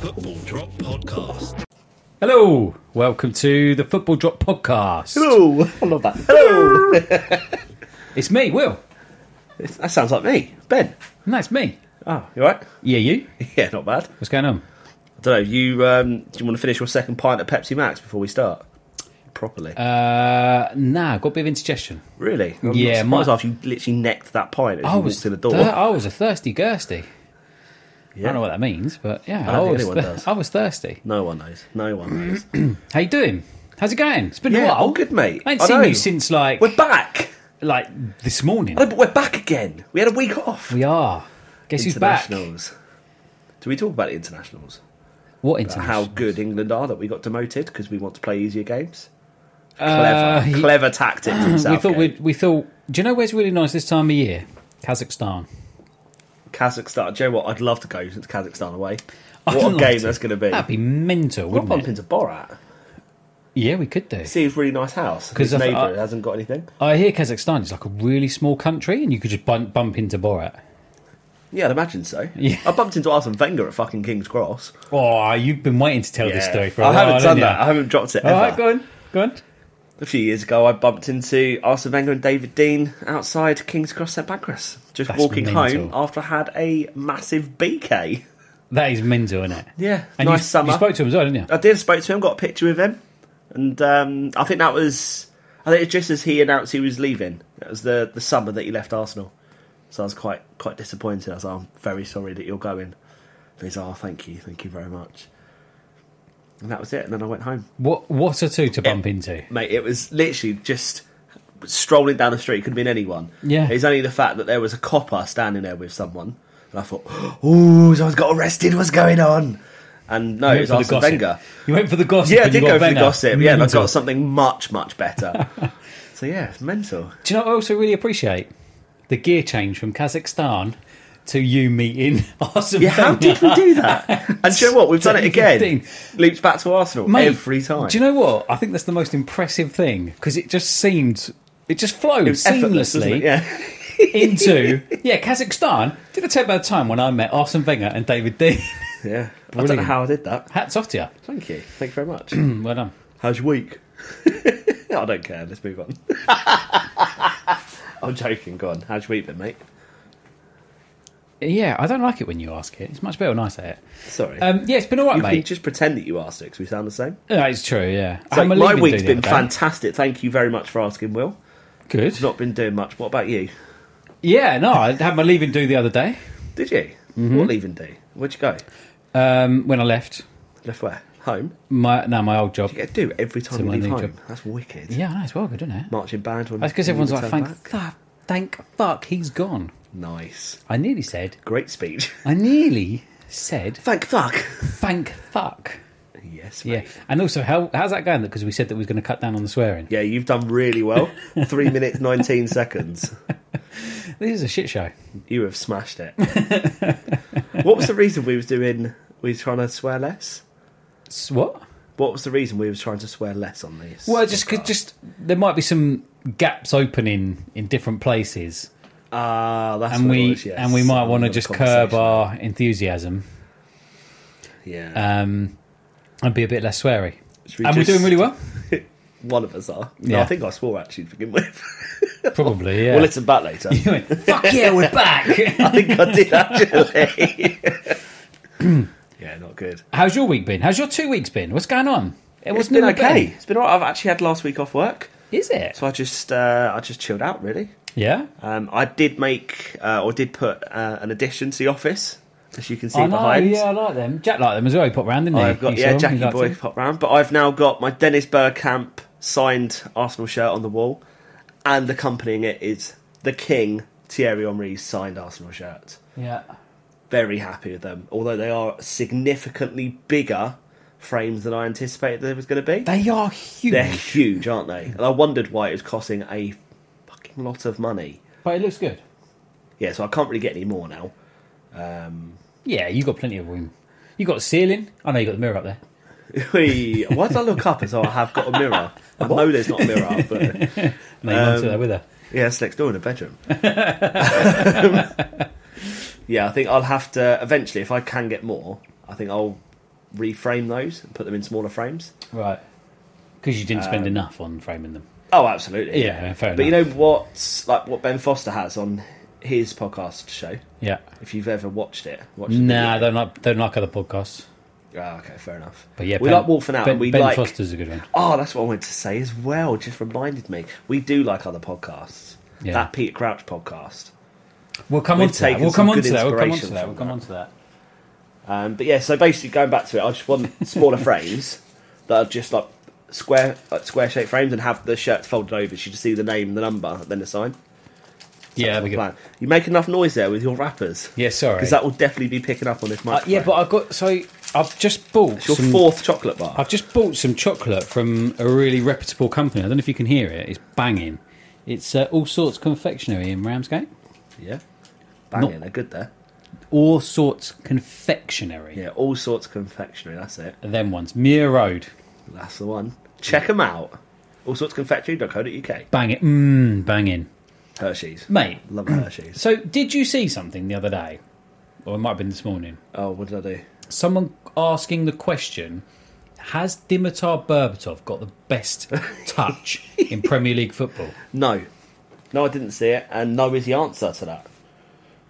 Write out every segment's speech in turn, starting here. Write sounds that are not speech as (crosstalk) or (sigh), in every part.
Football Drop Podcast. Hello, welcome to the Football Drop Podcast. Hello! I love that. Hello! (laughs) It's me, Will, that sounds like me. Ben. and that's me. Oh, you alright? Yeah, Ah, you. (laughs) Yeah, not bad. What's going on? I don't know, you, um, do you want to finish your second pint of Pepsi Max before we start? Properly. Uh, nah, got a bit of indigestion. really? I'm yeah, Not surprised my- after you literally necked that pint as you walked in the door. thir- I was a thirsty Girsty. I Yeah. don't know what that means, but yeah, I don't think was. anyone does. I was thirsty. No one knows. No Mm-hmm. one knows. How you doing? How's it going? It's been a yeah, while. all good, mate. I ain't I seen know. you since like We're back! like this morning. No, but we're back again. We had a week off. We are. Guess who's back? Internationals. Do we talk about the internationals? What About international? How good England are that we got demoted because we want to play easier games? Uh, Clever. he- Clever tactics. (clears throat) in (laughs) we thought Southgate. we'd, we thought. Do you know where's really nice this time of year? Kazakhstan. Kazakhstan. Do you know what? I'd love to go since Kazakhstan away. I'd what a love game to. that's going to be. That'd be mental, We're wouldn't bumped it? into Borat. Yeah, we could do. See his really nice house. 'Cause His I th- neighbour I- hasn't got anything. I hear Kazakhstan is like a really small country, and you could just bump, bump into Borat. Yeah, I'd imagine so. Yeah. I bumped into Arsene Wenger at fucking King's Cross. Oh, you've been waiting to tell this Yeah. story for a I while. haven't done haven't that. I haven't dropped it you? All right, ever. go on, go on. a few years ago, I bumped into Arsene Wenger and David Dean outside King's Cross St Pancras. Just That's walking mental. home after I had a massive BK. That is mental, isn't it? Yeah, And nice you, summer. You spoke to him as well, didn't you? I did spoke to him, got a picture with him, and um, I think that was I think it's just as he announced he was leaving. That was the the summer that he left Arsenal. So I was quite quite disappointed. I was like, I'm very sorry that you're going. And he's like, oh, thank you, thank you very much. And that was it. And then I went home, What what are two to bump into? mate. It was literally just strolling down the street. Could have been anyone. Yeah. It's only the fact that there was a copper standing there with someone, and I thought, oh, someone's got arrested. What's going on? And no, You it went was for the Arsene gossip. Wenger. You went for the gossip. Yeah, I and you got did go for the Wenger. gossip. Yeah, and I Mental. got something much, (laughs) much better. so yeah, it's mental. Do you know what I also really appreciate? The gear change from Kazakhstan to you meeting (laughs) Arsene Yeah, how Wenger. did (laughs) we do that? And do you know what? We've done it again. 2015. Leaps back to Arsenal Mate, every time. Do you know what? I think that's the most impressive thing because it just seemed it just flowed It was effortless, wasn't seamlessly it? Yeah. (laughs) into yeah Kazakhstan. Did I tell you about the time when I met Arsene Wenger and David Dean? (laughs) yeah. I don't know Brilliant. how I did that. Hats off to you. Thank you. Thank you (clears throat) very much. Mm, Well done. How's your week? (laughs) I don't care. Let's (laughs) move on. I'm joking. Go on. How's your week been, mate? Yeah, I don't like it when you ask it. It's much better when I say it. Sorry. Um, yeah, it's been all right, you can mate. just pretend that you are six. We sound the same. Yeah, it's true. Yeah, So I'm a my leaving week's do been the other day. fantastic. Thank you very much for asking, Will. Good. Not been doing much. What about you? Yeah, no, I had my leaving do the other day Did you? Mm-hmm. What leaving do? Where'd you go? um, when I left Left where? Home. my no my old job. You get to do every time To you my leave new home. job. That's wicked. Yeah, I know, it's well good, isn't it? Marching band. When That's because when you everyone's like, return thank, back. fuck, thank fuck, he's gone. Nice. I nearly said, Great speech. (laughs) I nearly said, Thank fuck. thank fuck. yes. Yeah, Mate. and also, how how's that going? Because we said that we was going to cut down on the swearing. Yeah, you've done really well. Three minutes, 19 seconds. This is a shit show. You have smashed (laughs) it. what was the reason we was doing, we was trying to swear less? S- What? What was the reason we was trying to swear less on this? Well, just 'cause- just there might be some gaps opening in different places, Ah, that's and what it we was, yes. and we might want to Another just curb conversation. our enthusiasm Yeah. um, and be a bit less sweary. Should we And we're just- doing really well, One of us are. No, Yeah. I think I swore actually to begin with. probably. Yeah. (laughs) (laughs) We'll listen back later. You went, Fuck yeah, we're back. (laughs) (laughs) I think I did (laughs) actually. yeah, not good. How's your week been? How's your two weeks been? What's going on? It it's been okay. It's been alright. I've actually had last week off work, Is it? so I just uh, I just chilled out really. Yeah. Um, I did make uh, or did put uh, an addition to the office, as you can see I know. behind. Yeah, I like them. Jack liked them as well. He popped round, didn't he? I've got You yeah saw him? He Jackie liked Boy them. pop round, but I've now got my Dennis Bergkamp signed Arsenal shirt on the wall, and accompanying it is the King Thierry Henry's signed Arsenal shirt. Yeah. very happy with them, although they are significantly bigger frames than I anticipated they was going to be. They are huge. They're huge, aren't they? And I wondered why it was costing a fucking lot of money. But it looks good. Yeah, so I can't really get any more now. (laughs) Yeah, you got plenty of room. You got a ceiling. I know you got the mirror up there. Whee! why did I look up as though I have got a mirror? I know there's not a mirror, up, No, but you won't sit Um, there with her. yeah, it's next door in the bedroom. (laughs) yeah, I think I'll have to eventually, if I can get more, I think I'll reframe those and put them in smaller frames. Right. Because you didn't spend enough on framing them. Oh, absolutely. Yeah, fair um, But enough. you know what, like what Ben Foster has on his podcast show. Yeah. If you've ever watched it, watch Nah, they don't like they don't like other podcasts. Ah, okay, fair enough. But yeah, we Ben- like Wolfen Out. Ben, and we ben like. Foster's a good one. Oh, that's what I wanted to say as well. Just reminded me. We do like other podcasts. Yeah. That Peter Crouch podcast. We'll come We've on to that. taken We'll come some on good to that. We'll come on to inspiration that. We'll from come that. on to that. Um, but yeah, so basically going back to it, I just want smaller (laughs) frames that are just like square, like square shaped frames, and have the shirts folded over. So you just see the name, the number, then the sign. Yeah, that'd be Good good. plan. You make enough noise there with your rappers. Yeah, sorry. Because that will definitely be picking up on this Uh, microphone. yeah, but I've got so I've just bought It's your some- fourth chocolate bar. I've just bought some chocolate from a really reputable company. I don't know if you can hear it. It's banging. It's uh, all sorts confectionery in Ramsgate. Yeah. Banging, they're good there. All sorts confectionery. Yeah, all sorts of confectionery, that's it. Them ones. Muir Road. That's the one. Check them out. All sorts of confectionery.co.uk. Bang it. Mmm, banging. Hershey's. Mate. (coughs) Love Hershey's. So, did you see something the other day? Or it might have been this morning. Oh, what did I do? Someone asking the question Has Dimitar Berbatov got the (laughs) best touch in Premier League football? No. No, I didn't see it, and no is the answer to that.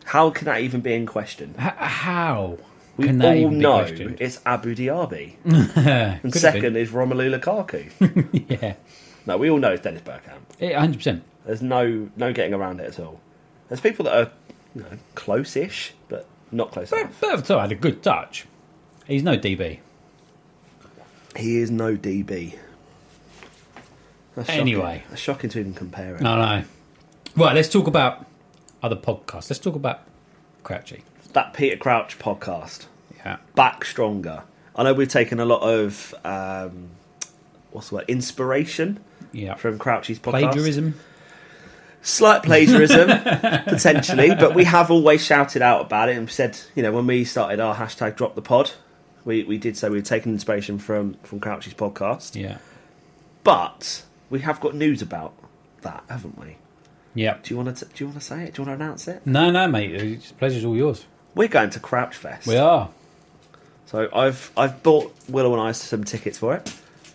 How can that even be in question? H- how We can all that even be know questioned? it's (laughs) Abu Dhabi. and been. second is Romelu (laughs) Lukaku. (laughs) Yeah. no, we all know it's Dennis Bergkamp. Yeah, 100%. There's no no getting around it at all. There's people that are you know, close-ish, but not close enough. Berbatov had a good touch. He's no DB. He is no DB. That's shocking. Anyway. that's shocking to even compare it. No, no. Right, let's talk about other podcasts. Let's talk about Crouchy. That Peter Crouch podcast, Yeah. back stronger. I know we've taken a lot of um, what's the word inspiration Yeah. from Crouchy's podcast. Plagiarism. (laughs) slight plagiarism potentially, but we have always shouted out about it and said, you know, when we started our hashtag drop the pod, we, we did say we'd taken inspiration from from Crouchy's podcast, Yeah. but we have got news about that, haven't we? Yeah. Do you want to do you want to say it? Do you want to announce it? No, no, mate. It's- Pleasure's all yours. We're going to Crouch Fest. We are. So I've I've bought Willow and I some tickets for it.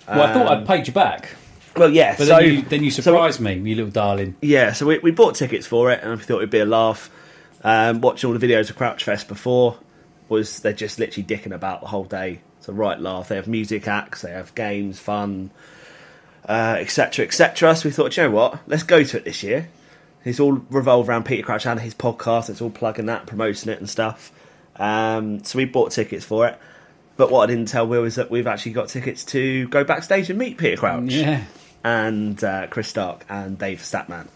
Well, I thought I'd paid you back, Well, yeah. but so then, you, then you so- surprised me, you little darling. yeah, so we, we bought tickets for it, and we thought it'd be a laugh. Um, watching all the videos of Crouch Fest before was they're just literally dicking about the whole day. It's a right laugh. They have music acts, they have games, fun, etc., uh, etc. Et cetera. so we thought, "Do you know what? Let's go to it this year. It's all revolved around Peter Crouch and his podcast. It's all plugging that, promoting it, and stuff. Um, so we bought tickets for it. But what I didn't tell Will is that we've actually got tickets to go backstage and meet Peter Crouch Yeah. and uh, Chris Stark and Dave Statman,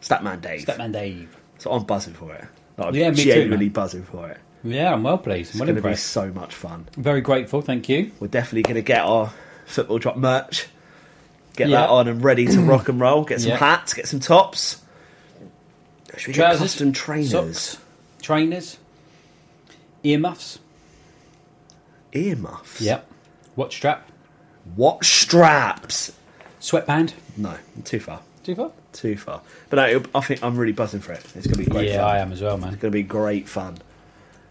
Statman Dave. Batman Dave. So I'm buzzing for it. Like, I'm Yeah, me too, genuinely man. buzzing for it. Yeah, I'm well pleased. I'm It's well going to be impressed. so much fun. Very grateful. Thank you. We're definitely going to get our football drop merch, get Yeah. that on and ready to rock and roll. Get some Yeah. hats, get some tops. Should we get Trousers, custom trainers? socks, trainers, earmuffs. Earmuffs. Yep. Watch strap, What straps? sweatband. No, too far. Too far? Too far. But no, it'll- I think I'm really buzzing for it. It's going to be great. yeah, fun. I am as well, man. It's going to be great fun.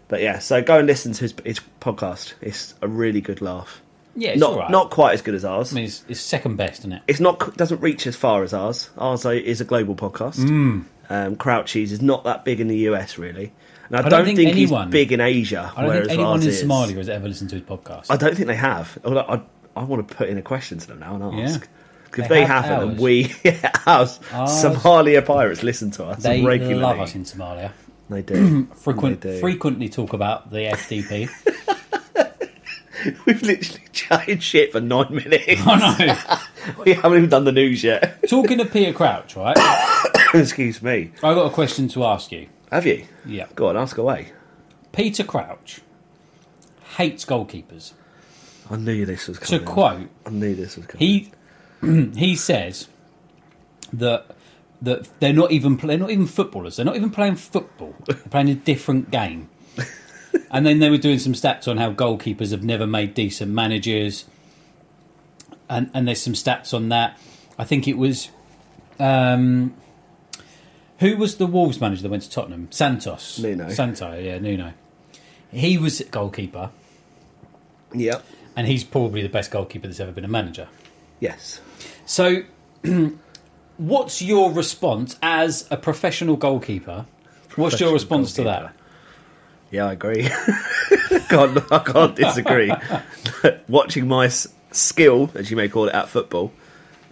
But yeah, so go and listen to his, his podcast. It's a really good laugh. Yeah, it's not all right. not quite as good as ours. I mean, it's, it's second best, isn't it? it's not doesn't reach as far as ours. Ours uh, is a global podcast. Mm. Um, Crouchies is not that big in the US really, and I, don't think anyone- he's big in Asia. I don't whereas think anyone ours in is. Somalia has ever listened to his podcast. I don't think they have. Although I, I want to put in a question to them now and Yeah. ask. Because They they, have haven't, ours. and we, (laughs) yeah, ours, Somalia pirates listen to us they regularly. love us in Somalia. They do. (clears throat) Frequent, They do. frequently talk about the FDP. (laughs) We've literally chatted shit for nine (laughs) minutes. (laughs) I we haven't even done the news yet. (coughs) know. Talking to Peter Crouch, right? I Excuse me. got a question to ask you. Have you? Yeah. Go on, ask away. Peter Crouch hates goalkeepers. I knew this was coming. To quote, I knew this was coming. he (clears throat) he says that that they're not even play, they're not even footballers. They're not even playing football. They're playing a different game. and then they were doing some stats on how goalkeepers have never made decent managers, and and there's some stats on that. I think it was. Um, who was the Wolves manager that went to Tottenham? Santos. Nuno. Santo, yeah, Nuno. He was goalkeeper, Yep. and he's probably the best goalkeeper that's ever been a manager. Yes. So, (clears throat) what's your response as a professional goalkeeper? what's your Professional response to goalkeeper. that? Yeah, I agree. (laughs) can't, I (laughs) can't disagree. Watching my s- skill, as you may call it, at football.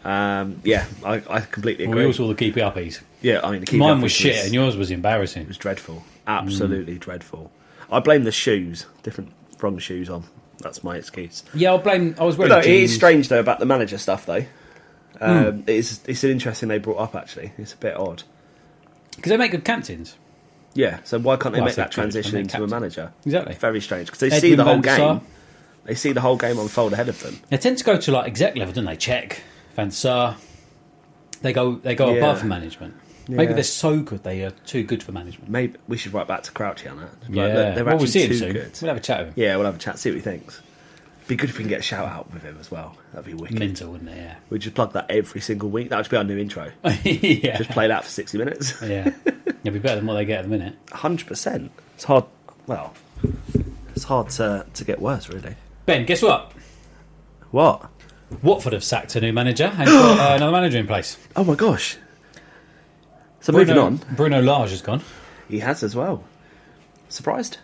Um, yeah, I, I completely Well, we agree. all saw the keepy uppies. yeah, I mean, the key Mine goalkeeper was shit, and yours was embarrassing. was dreadful. Absolutely dreadful. I blame the shoes. Different wrong shoes on. That's my excuse. Yeah, I'll blame. I was But wearing. no, it jeans. is strange though about the manager stuff though. Hmm. Um, It's it's an interesting they brought up actually. It's a bit odd. because they make good captains. Yeah, so why can't they Well, I make said that coach, I transition meant into a captain. manager? Exactly. Very strange because they Edwin see the whole van der Sar. game. They see the whole game unfold ahead of them. They tend to go to like exec level, don't they? Check Van Sar. They go. They go Yeah. above management. Maybe Yeah. they're so good they are too good for management. Maybe we should write back to Crouchy on that. Like, yeah, they're, they're well, actually we'll see him too soon. good. We'll have a chat with him. Yeah, we'll have a chat. See what he thinks. Be good if we can get a shout out with him as well. That'd be wicked. Mental, wouldn't it? We just plug that every single week. That would be our new intro. Yeah. (laughs) yeah. Just play that for sixty (laughs) minutes. yeah. It'll be better than what they get at the minute. Hundred percent. It's hard. Well, it's hard to to get worse, really. Ben, guess what? What? Watford have sacked a new manager and got uh, another manager in place. Oh my gosh. So (laughs) moving Bruno, on, Bruno Lage has gone. he has as well. Surprised?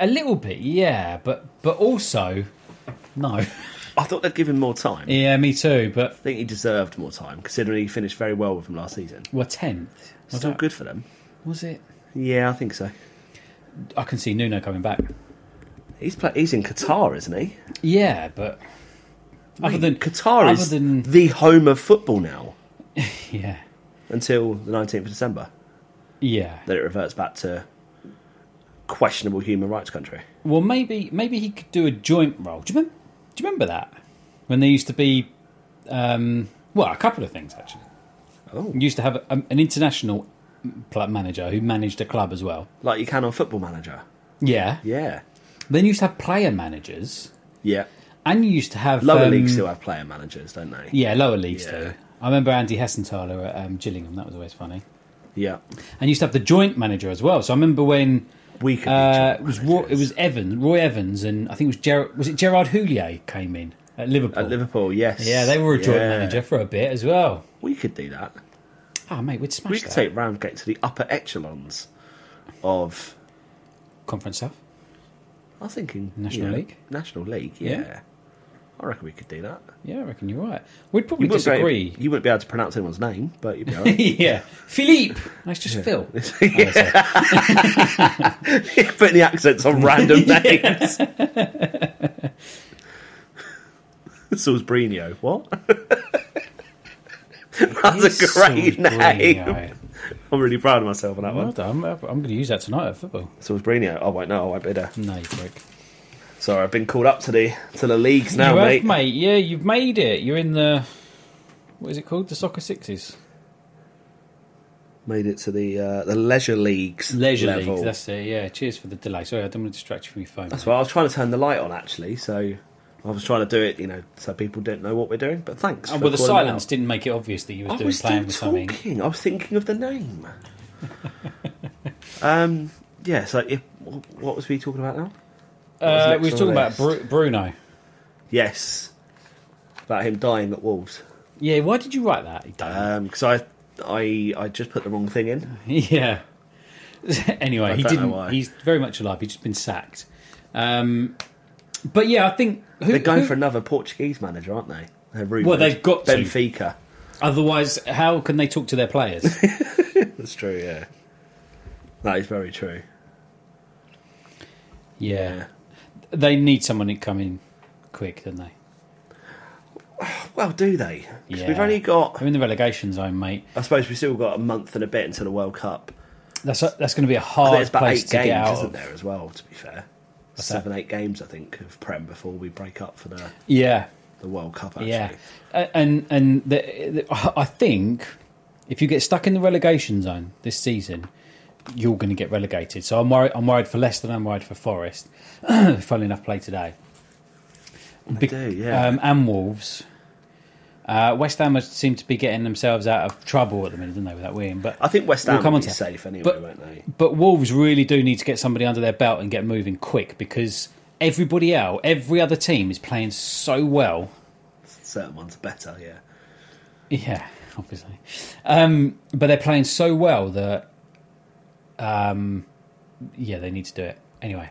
A little bit, yeah, but but also no. I thought they'd give him more (laughs) time. yeah, me too. But I think he deserved more time, considering he finished very well with them last season. we're tenth. Was Still that, good for them. Was it? Yeah, I think so. I can see Nuno coming back. He's play- he's in Qatar, isn't he? Yeah, but other than Qatar other is than the home of football now (laughs) yeah, until the nineteenth of December. yeah. Then it reverts back to questionable human rights country. Well, maybe maybe he could do a joint role. Do you remember? Do you remember that when there used to be? Um, well, a couple of things actually. Oh. You used to have a, um, an international pl- manager who managed a club as well. Like you can on Football Manager. Yeah. Yeah. Then you used to have player managers, Yeah. and you used to have Lower um, leagues still have player managers, don't they? Yeah, lower leagues Yeah. do. I remember Andy Hessenthaler at um, Gillingham. That was always funny. Yeah. And you used to have the joint manager as well. So I remember when We could be uh, joint it was Roy, it managers. was Evans, Roy Evans, and I think it was Gerard. Was it Gerard Houllier came in at Liverpool? At Liverpool, yes. Yeah, they were a joint Yeah. manager for a bit as well. We could do that. Oh mate, we'd smash We could that. take Roundgate to the upper echelons of conference stuff. I was thinking National yeah, League? National League, yeah. Yeah. I reckon we could do that. Yeah, I reckon you're right. We'd probably You wouldn't, be able- disagree. (laughs) you wouldn't be able to pronounce anyone's name, but you'd be alright. yeah, Philippe. That's just Phil. (laughs) Putting the accents (laughs) on random names. (laughs) Salsbrino. What? (laughs) That's a great name. Salzburino. I'm really proud of myself on that Well one. done. I'm going to use that tonight at football. Salsbrino. I won't know. Oh, I won't be there. No, you prick. Sorry, I've been called up to the to the leagues now, you mate. have, mate. Yeah, you've made it. You're in the what is it called? The soccer sixes. Made it to the uh, the leisure leagues. Leisure level. leagues. That's it. Yeah. Cheers for the delay. Sorry, I didn't want to distract you from your phone. That's why I was trying to turn the light on actually. So I was trying to do it, you know, so people didn't know what we're doing. But thanks. Oh, for well, the calling me silence out. didn't make it obvious that you were I doing was still playing with talking. something. I was thinking of (laughs) the name. um, yeah. So if, what was we talking about now? was Uh, next we were on talking the about Bru- Bruno. Yes, about him dying at Wolves. Yeah. Why did you write that? You don't. Because I, I, I just put the wrong thing in. Yeah. (laughs) anyway, I he don't know didn't. why. He's very much alive. He's just been sacked. Um, but yeah, I think who, They're going who- for another Portuguese manager, aren't they? They're rumoured. Well, they've got to. Benfica. otherwise, how can they talk to their players? That's true. Yeah, that is very true. yeah, they need someone to come in quick, don't they? Well, do they? 'Cause Yeah. We've only got. They're in the relegation zone, mate. I suppose we've still got a month and a bit until the World Cup. That's that's going to be a I think hard it's about place eight to get games, out isn't of. there, as well, to be fair? Seven, eight games, I think, of Prem before we break up for the, Yeah, the World Cup, actually. yeah, A- and and the, the, I think if you get stuck in the relegation zone this season, you're going to get relegated. So I'm worried. I'm worried for Leicester. and I'm worried for Forest. (clears throat) Funnily enough, play today. They do, yeah. Um, and Wolves. Uh, West Ham seem to be getting themselves out of trouble at the minute, don't they, with that win? But I think West Ham we'll come will on be to that. safe anyway, But- won't they? But Wolves really do need to get somebody under their belt and get moving quick because everybody else, every other team, is playing so well. Certain ones are better, yeah. Yeah, obviously. Um, but they're playing so well that, um, yeah, they need to do it anyway.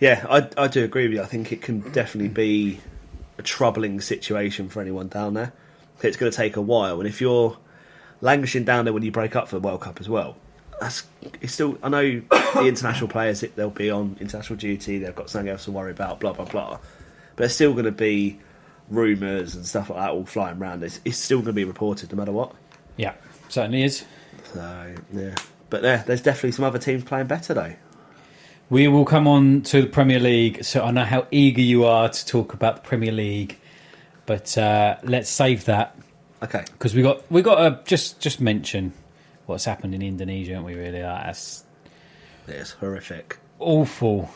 Yeah, I, I do agree with you. I think it can definitely be a troubling situation for anyone down there. It's going to take a while, and if you're languishing down there when you break up for the World Cup as well, that's it's still. I know the international players; it- they'll be on international duty. They've got something else to worry about. Blah blah blah. But there's still going to be rumours and stuff like that all flying around. It's, it's still going to be reported no matter what. Yeah, certainly is. So yeah, but yeah, there's definitely some other teams playing better though. We will come on to the Premier League. So I know how eager you are to talk about the Premier League, but uh, let's save that Okay, because we got we got to just just mention what's happened in Indonesia, aren't we? Really, like, that's it's horrific. awful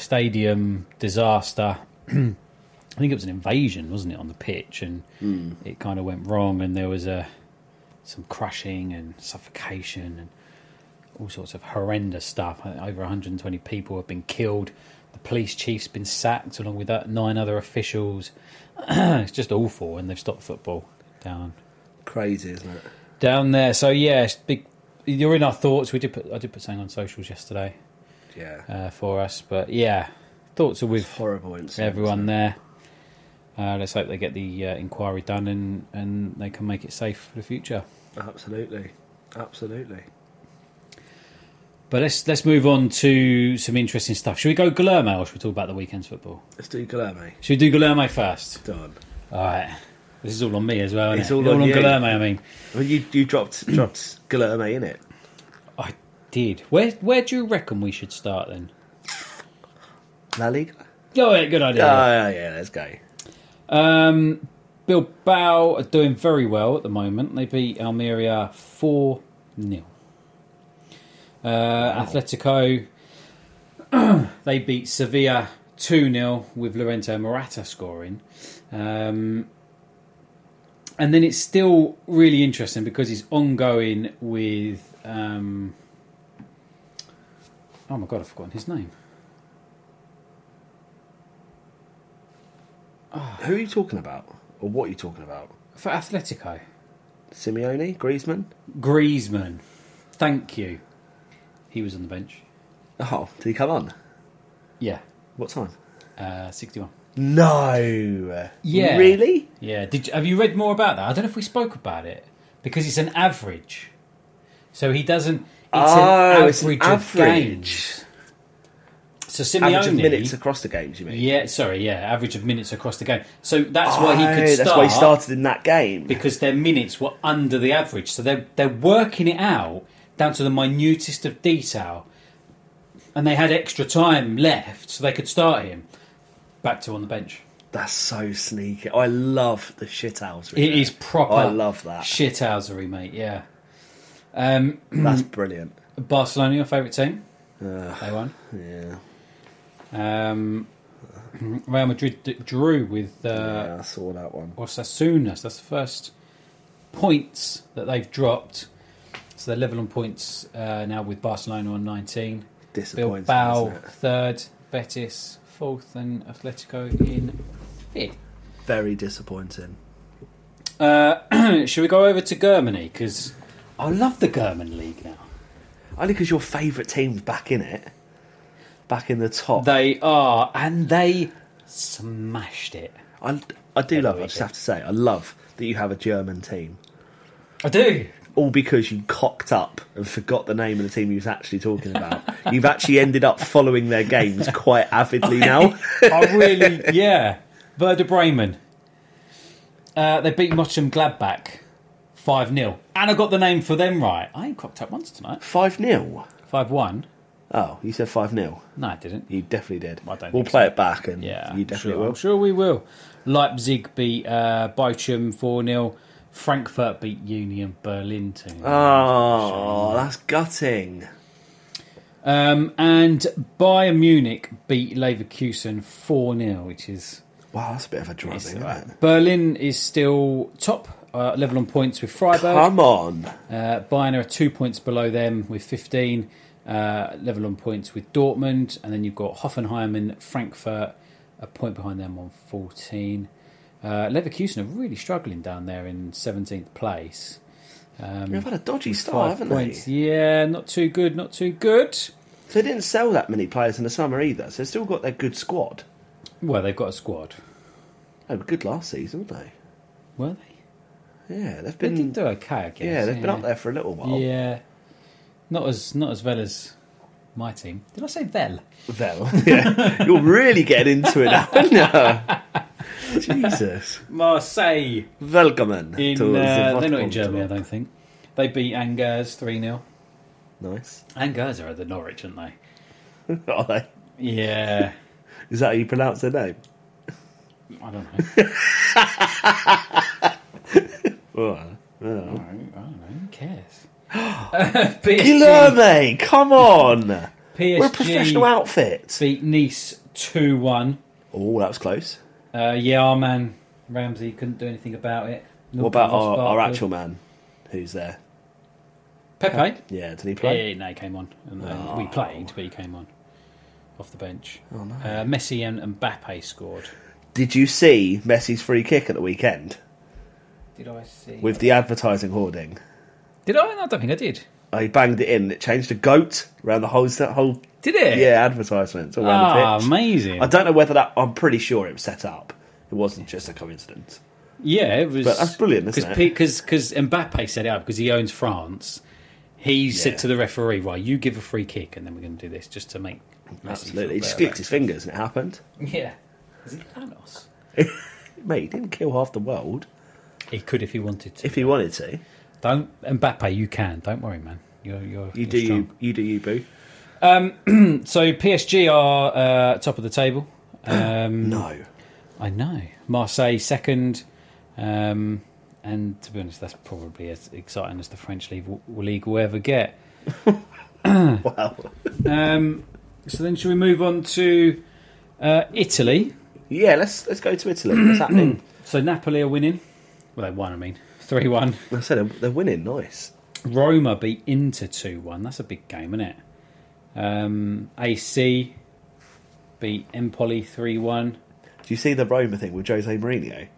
stadium disaster. (clears throat) I think it was an invasion, wasn't it, on the pitch, and it kind of went wrong, and there was a some crashing and suffocation and all sorts of horrendous stuff. I think Over 120 people have been killed. The police chief's been sacked, along with that, nine other officials. (clears throat) it's just awful, and they've stopped football down Crazy, isn't it? down there. So yeah, it's big. You're in our thoughts. We did put I did put something on socials yesterday Yeah. uh, for us. But yeah, thoughts are with horrible incident. everyone there. Uh, let's hope they get the uh, inquiry done and, and they can make it safe for the future. Absolutely. Absolutely. But let's let's move on to some interesting stuff. Should we go Guillermo or should we talk about the weekend's football? Let's do Guilherme. Should we do Guillermo first? Done. All right. This is all on me as well. Isn't It's it? all on you. Guillermo. I mean, Well, you you dropped (clears throat) dropped Guilherme in it. I did. Where where do you reckon we should start then? La Liga. Oh, yeah, good idea. Ah, yeah, let's go. Um, Bilbao are doing very well at the moment. They beat Almeria 4 0. Uh, Atletico, (clears throat) they beat Sevilla 2 0 with Lorento Morata scoring. Um, and then it's still really interesting because it's ongoing with. Um, oh my god, I've forgotten his name. Who are you talking about? Or what are you talking about? For Atletico. Simeone? Griezmann? Griezmann. Thank you. He was on the bench. Oh, did he come on? Yeah. What time? Uh, 61. No. Yeah. Really? Yeah. Did you, have you read more about that? I don't know if we spoke about it because it's an average. So he doesn't. It's Oh, an it's an average of average. games. So Average of Simeone. minutes across the games, you mean? yeah, sorry, yeah, average of minutes across the game. So that's why he could Oh, start. That's why he started in that game. because their minutes were under the average. So they're they're working it out down to the minutest of detail, and they had extra time left, so they could start him back to on the bench. That's so sneaky. I love the shit house. It is proper. I love that. shithousery, mate. Yeah, That's brilliant. Barcelona, your favourite team. they won. Yeah. Um, (clears throat) Real Madrid d- drew with uh, yeah, I saw that one. Osasuna. So that's the first points that they've dropped. So they're level on points uh, now with Barcelona on 19. Disappointing. Bilbao isn't it? third, Betis fourth, and Atletico in fifth. Very disappointing. Uh, should we go over to Germany? Because I love the German league now. Only because your favourite team's back in it, back in the top. They are, and they smashed it. I, I do love. I just weekend. have to say, I love that you have a German team, I do. all because you cocked up and forgot the name of the team you was actually (laughs) talking about. You've actually ended up following their games (laughs) quite avidly now. (laughs) I really, yeah. Werder Bremen. Uh, they beat Mottram Gladbach 5 0. And I got the name for them right. I ain't cropped up once tonight. Five 0 5 1. Oh, you said five 0 No, I didn't. You definitely did. I don't we'll think play it back, and Yeah, you I'm definitely sure, will. I'm sure we will. Leipzig beat uh, Bochum 4 0. Frankfurt beat Union Berlin 2 Ah. Oh, that's gutting. um, And Bayern Munich beat Leverkusen 4 0, which is. Wow, that's a bit of a drubbing, is isn't alright. it? Berlin is still top, uh, level on points with Freiburg. Come on. Uh, Bayern are two points below them with 15, uh, level on points with Dortmund. And then you've got Hoffenheim and Frankfurt, a point behind them on 14. Uh, Leverkusen are really struggling down there in 17th place. We've had a dodgy start, Five haven't points. they? Yeah, not too good, not too good. So they didn't sell that many players in the summer either, so they've still got their good squad. Well, they've got a squad. They were good last season, weren't Were they? they? Yeah, they've They did been. do okay, I guess. Mm. yeah, they've been up there for a little while. Yeah. Not as not as well as my team. Did I say Vel? Well, (laughs) yeah. you're really getting into it now. aren't you? Jesus, Marseille. welcome to In, the uh, they're not in Vodafone Germany, I Tour. don't think. They beat Angers 3 0. Nice, (laughs) Angers are at the Norwich, aren't they? are they? Yeah. Is that how you pronounce their name? (laughs) I don't know. (laughs) Oh. I don't know. Who (gasps) cares? (laughs) PSG, Guilherme, come on! PSG We're a professional outfit. beat Nice 2 1. Oh, that was close. Uh, yeah, our man Ramsey couldn't do anything about it. What about our, our actual man who's there? Pepe? Yeah, did he play? Yeah, no, he came on. And, and Oh. We played, but he came on off the bench. Oh, no. uh, Messi and, and Mbappe scored. Did you see Messi's free kick at the weekend Did I see? with the advertising hoarding? Did I? No, I don't think I did. I banged it in. It changed to goat around the whole set- whole Did it? yeah advertisements around Ah, the pitch. amazing. I don't know whether that. I'm pretty sure it was set up. It wasn't just a coincidence. Yeah, it was. But that's brilliant, isn't it? Because because Mbappe set it up because he owns France. He Yeah. said to the referee, "Right, you give a free kick, and then we're going to do this just to make Messi Absolutely, feel he just better clicked his fingers and it happened. about it." Yeah, is it Thanos? Mate, he didn't kill half the world He could if he wanted to. if he wanted to. Don't Mbappe, you can. Don't worry, man. You're you're You you're do strong. you, you do you, boo. So PSG are uh, top of the table. no, I know. Marseille second. Um, and to be honest, that's probably as exciting as the French league, league will ever (laughs) get. wow, Um, so then, shall we move on to uh, Italy? yeah. Let's let's go to Italy. What's happening? So Napoli are winning. Well, they won. I mean, three one. (clears throat) I said they're, they're winning. Nice. Roma beat Inter two one. That's a big game, isn't it? Um, AC beat Empoli three one. Do you see the Roma thing with Jose Mourinho?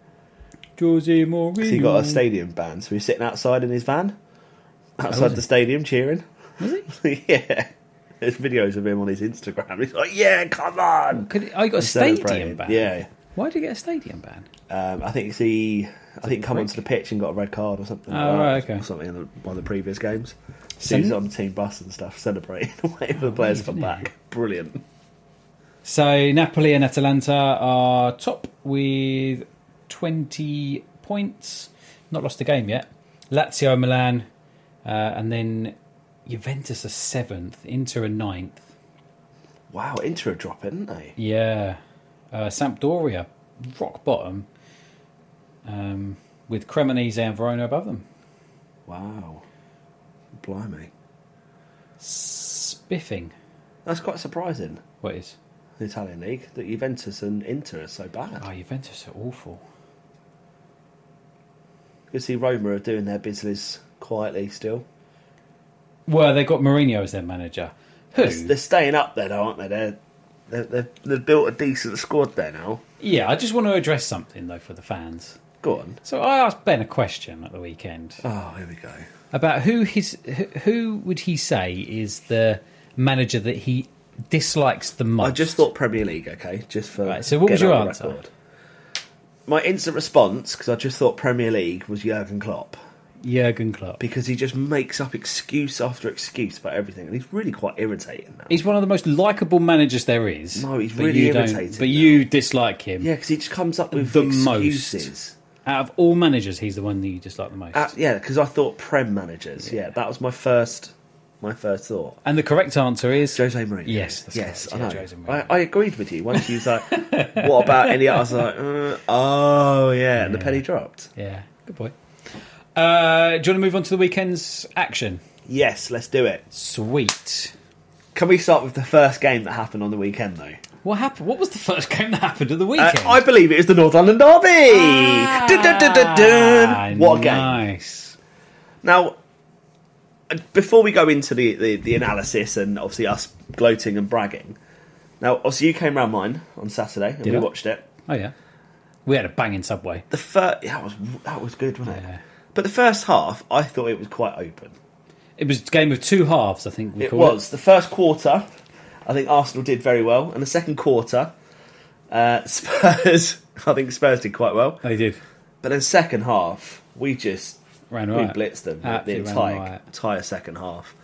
Jose Mourinho. 'Cause he got a stadium ban, so he's sitting outside in his van, Oh, outside the stadium cheering. Was he? (laughs) yeah. There's videos of him on his Instagram. He's like, "Yeah, come on!" Could, I got a Celebrating. stadium back. Yeah, Why did he get a stadium ban? Um, I think he, I think, come onto the pitch and got a red card or something. Oh, like that, right, okay. or something in the, one of the previous games. So he was Sen- on the team bus and stuff, celebrating, (laughs) waiting for the players to come back. Brilliant. So Napoli and Atalanta are top with 20 points. Not lost a game yet. Lazio and Milan, uh, and then Juventus are seventh, Inter are ninth. Wow, Inter are dropping, didn't they? Yeah. Uh, Sampdoria, rock bottom, um, with Cremonese and Verona above them. Wow, blimey, Spiffing, that's quite surprising. what is? The Italian league that Juventus and Inter are so bad. Oh, Juventus are awful. You can see Roma are doing their business quietly still. Well, they've got Mourinho as their manager. Who? They're, they're staying up there, though, aren't they? They're, they're, they've, they've built a decent squad there now. Yeah, I just want to address something, though, for the fans. Go on. So I asked Ben a question at the weekend Oh, here we go. about who his who- who would he say is the manager that he dislikes the most. I just thought Premier League, okay? Just for. Right, so what was getting your on the answer? My instant response, because I just thought Premier League was Jurgen Klopp, Jurgen Klopp. because he just makes up excuse after excuse about everything, and he's really quite irritating now. He's one of the most likable managers there is. No, he's but really you don't- irritating But now. you dislike him. yeah, because he just comes up with The most. excuses. Out of all managers, he's the one that you dislike the most. Uh, yeah, because I thought Prem managers. Yeah. that was my first, my first thought. and the correct answer is Jose Mourinho. Yes, that's yes, correct. I know. Yeah, Jose Mourinho. I, I agreed with you once you was like, "What about any?" I was like, uh, "Oh yeah," and the penny dropped. Yeah, good boy. Uh, do you want to move on to the weekend's action? Yes, let's do it. Sweet. Can we start with the first game that happened on the weekend, though? What happened? What was the first game that happened at the Uh, weekend? I believe it is the North London Derby. Dun, dun, dun, dun, dun. Ah, What a game! Nice. Now, uh, before we go into the, the, the analysis and obviously us gloating and bragging, now obviously you came round mine on Saturday and Did we I? watched it. Oh yeah, we had a banging subway. The first that was that was good, wasn't Yeah. it? But the first half, I thought it was quite open. It was a game of two halves, I think we it called was the first quarter. I think Arsenal did very well, and the second quarter, uh, (laughs) Spurs. I think Spurs did quite well, it. They did. but then second half, we just Ran we riot. blitzed them the Absolutely ran entire riot. entire second half.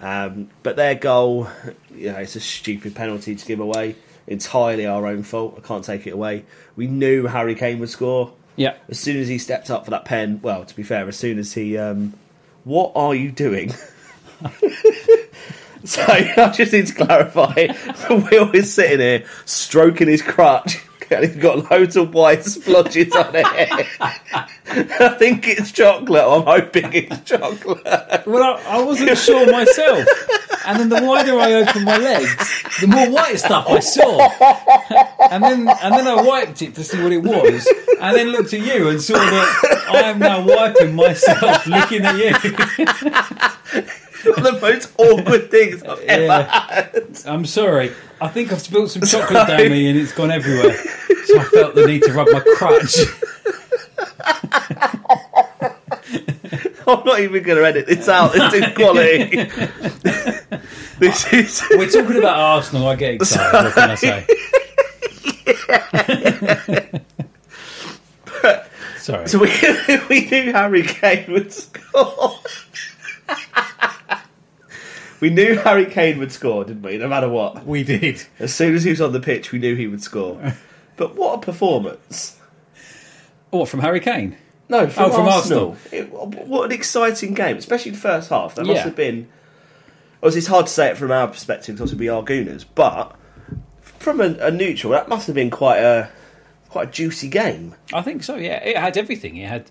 Um, but their goal, you know, it's a stupid penalty to give away. Entirely our own fault. I can't take it away. We knew Harry Kane would score. Yeah. As soon as he stepped up for that pen, well, to be fair, as soon as he, um, what are you doing? (laughs) so I just need to clarify. (laughs) Will is sitting here stroking his crutch, (laughs) and he's got loads of white splotches on it. (laughs) I think it's chocolate. I'm hoping it's chocolate. (laughs) Well, I, I wasn't sure myself. And then the wider I opened my legs, the more white stuff I saw. (laughs) And then and then I wiped it to see what it was, and then looked at you and saw that I am now wiping myself, (laughs) looking at you. One of the most awkward things I've ever I'm sorry. I think I've spilled some chocolate down me and it's gone everywhere. So I felt the need to rub my (laughs) crutch. I'm not even going to edit this out. It's in quality. (laughs) this is. We're talking about Arsenal. I get excited. What can I say? (laughs) Sorry. So we, (laughs) we knew Harry Kane would score. (laughs) we knew Harry Kane would score, didn't we? No matter what. we did. As soon as he was on the pitch, we knew he would score. But what a performance! What from Harry Kane? No, from, Oh, from Arsenal. It- what an exciting game, especially the first half. That must Yeah. have been. Obviously, it's hard to say it from our perspective, because we are Gooners, but from a, a neutral, that must have been quite a quite a juicy game. I think so. Yeah, it had everything. It had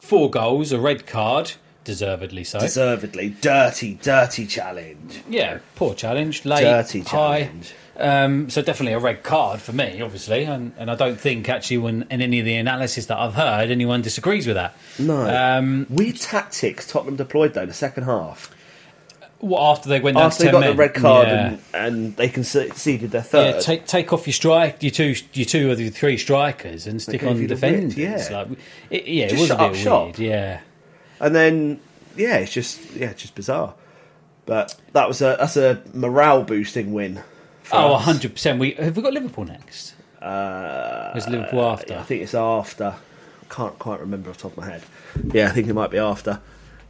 Four goals, a red card, deservedly so. Deservedly, dirty, dirty challenge. yeah, poor challenge. Late, Dirty high. challenge. Um, so definitely a red card for me, obviously, and, and I don't think actually when in any of the analysis that I've heard anyone disagrees with that. No. Um, Weird tactics Tottenham deployed though in the second half. what after they went down After to they 10 got men, the red card yeah. and, and they conceded their Yeah, third. take take off your strike, your two, your two of the three strikers, and stick gave on you the defenders. width, yeah. like, it, yeah, it Just was shut a up bit shop. weird. Yeah, and then yeah, it's just yeah, it's just bizarre. But that was a that's a morale boosting win. for Oh, us. hundred percent. We have we got Liverpool next. Uh, It's Liverpool after. I think it's after. I can't quite remember off the top of my head. Yeah, I think it might be after.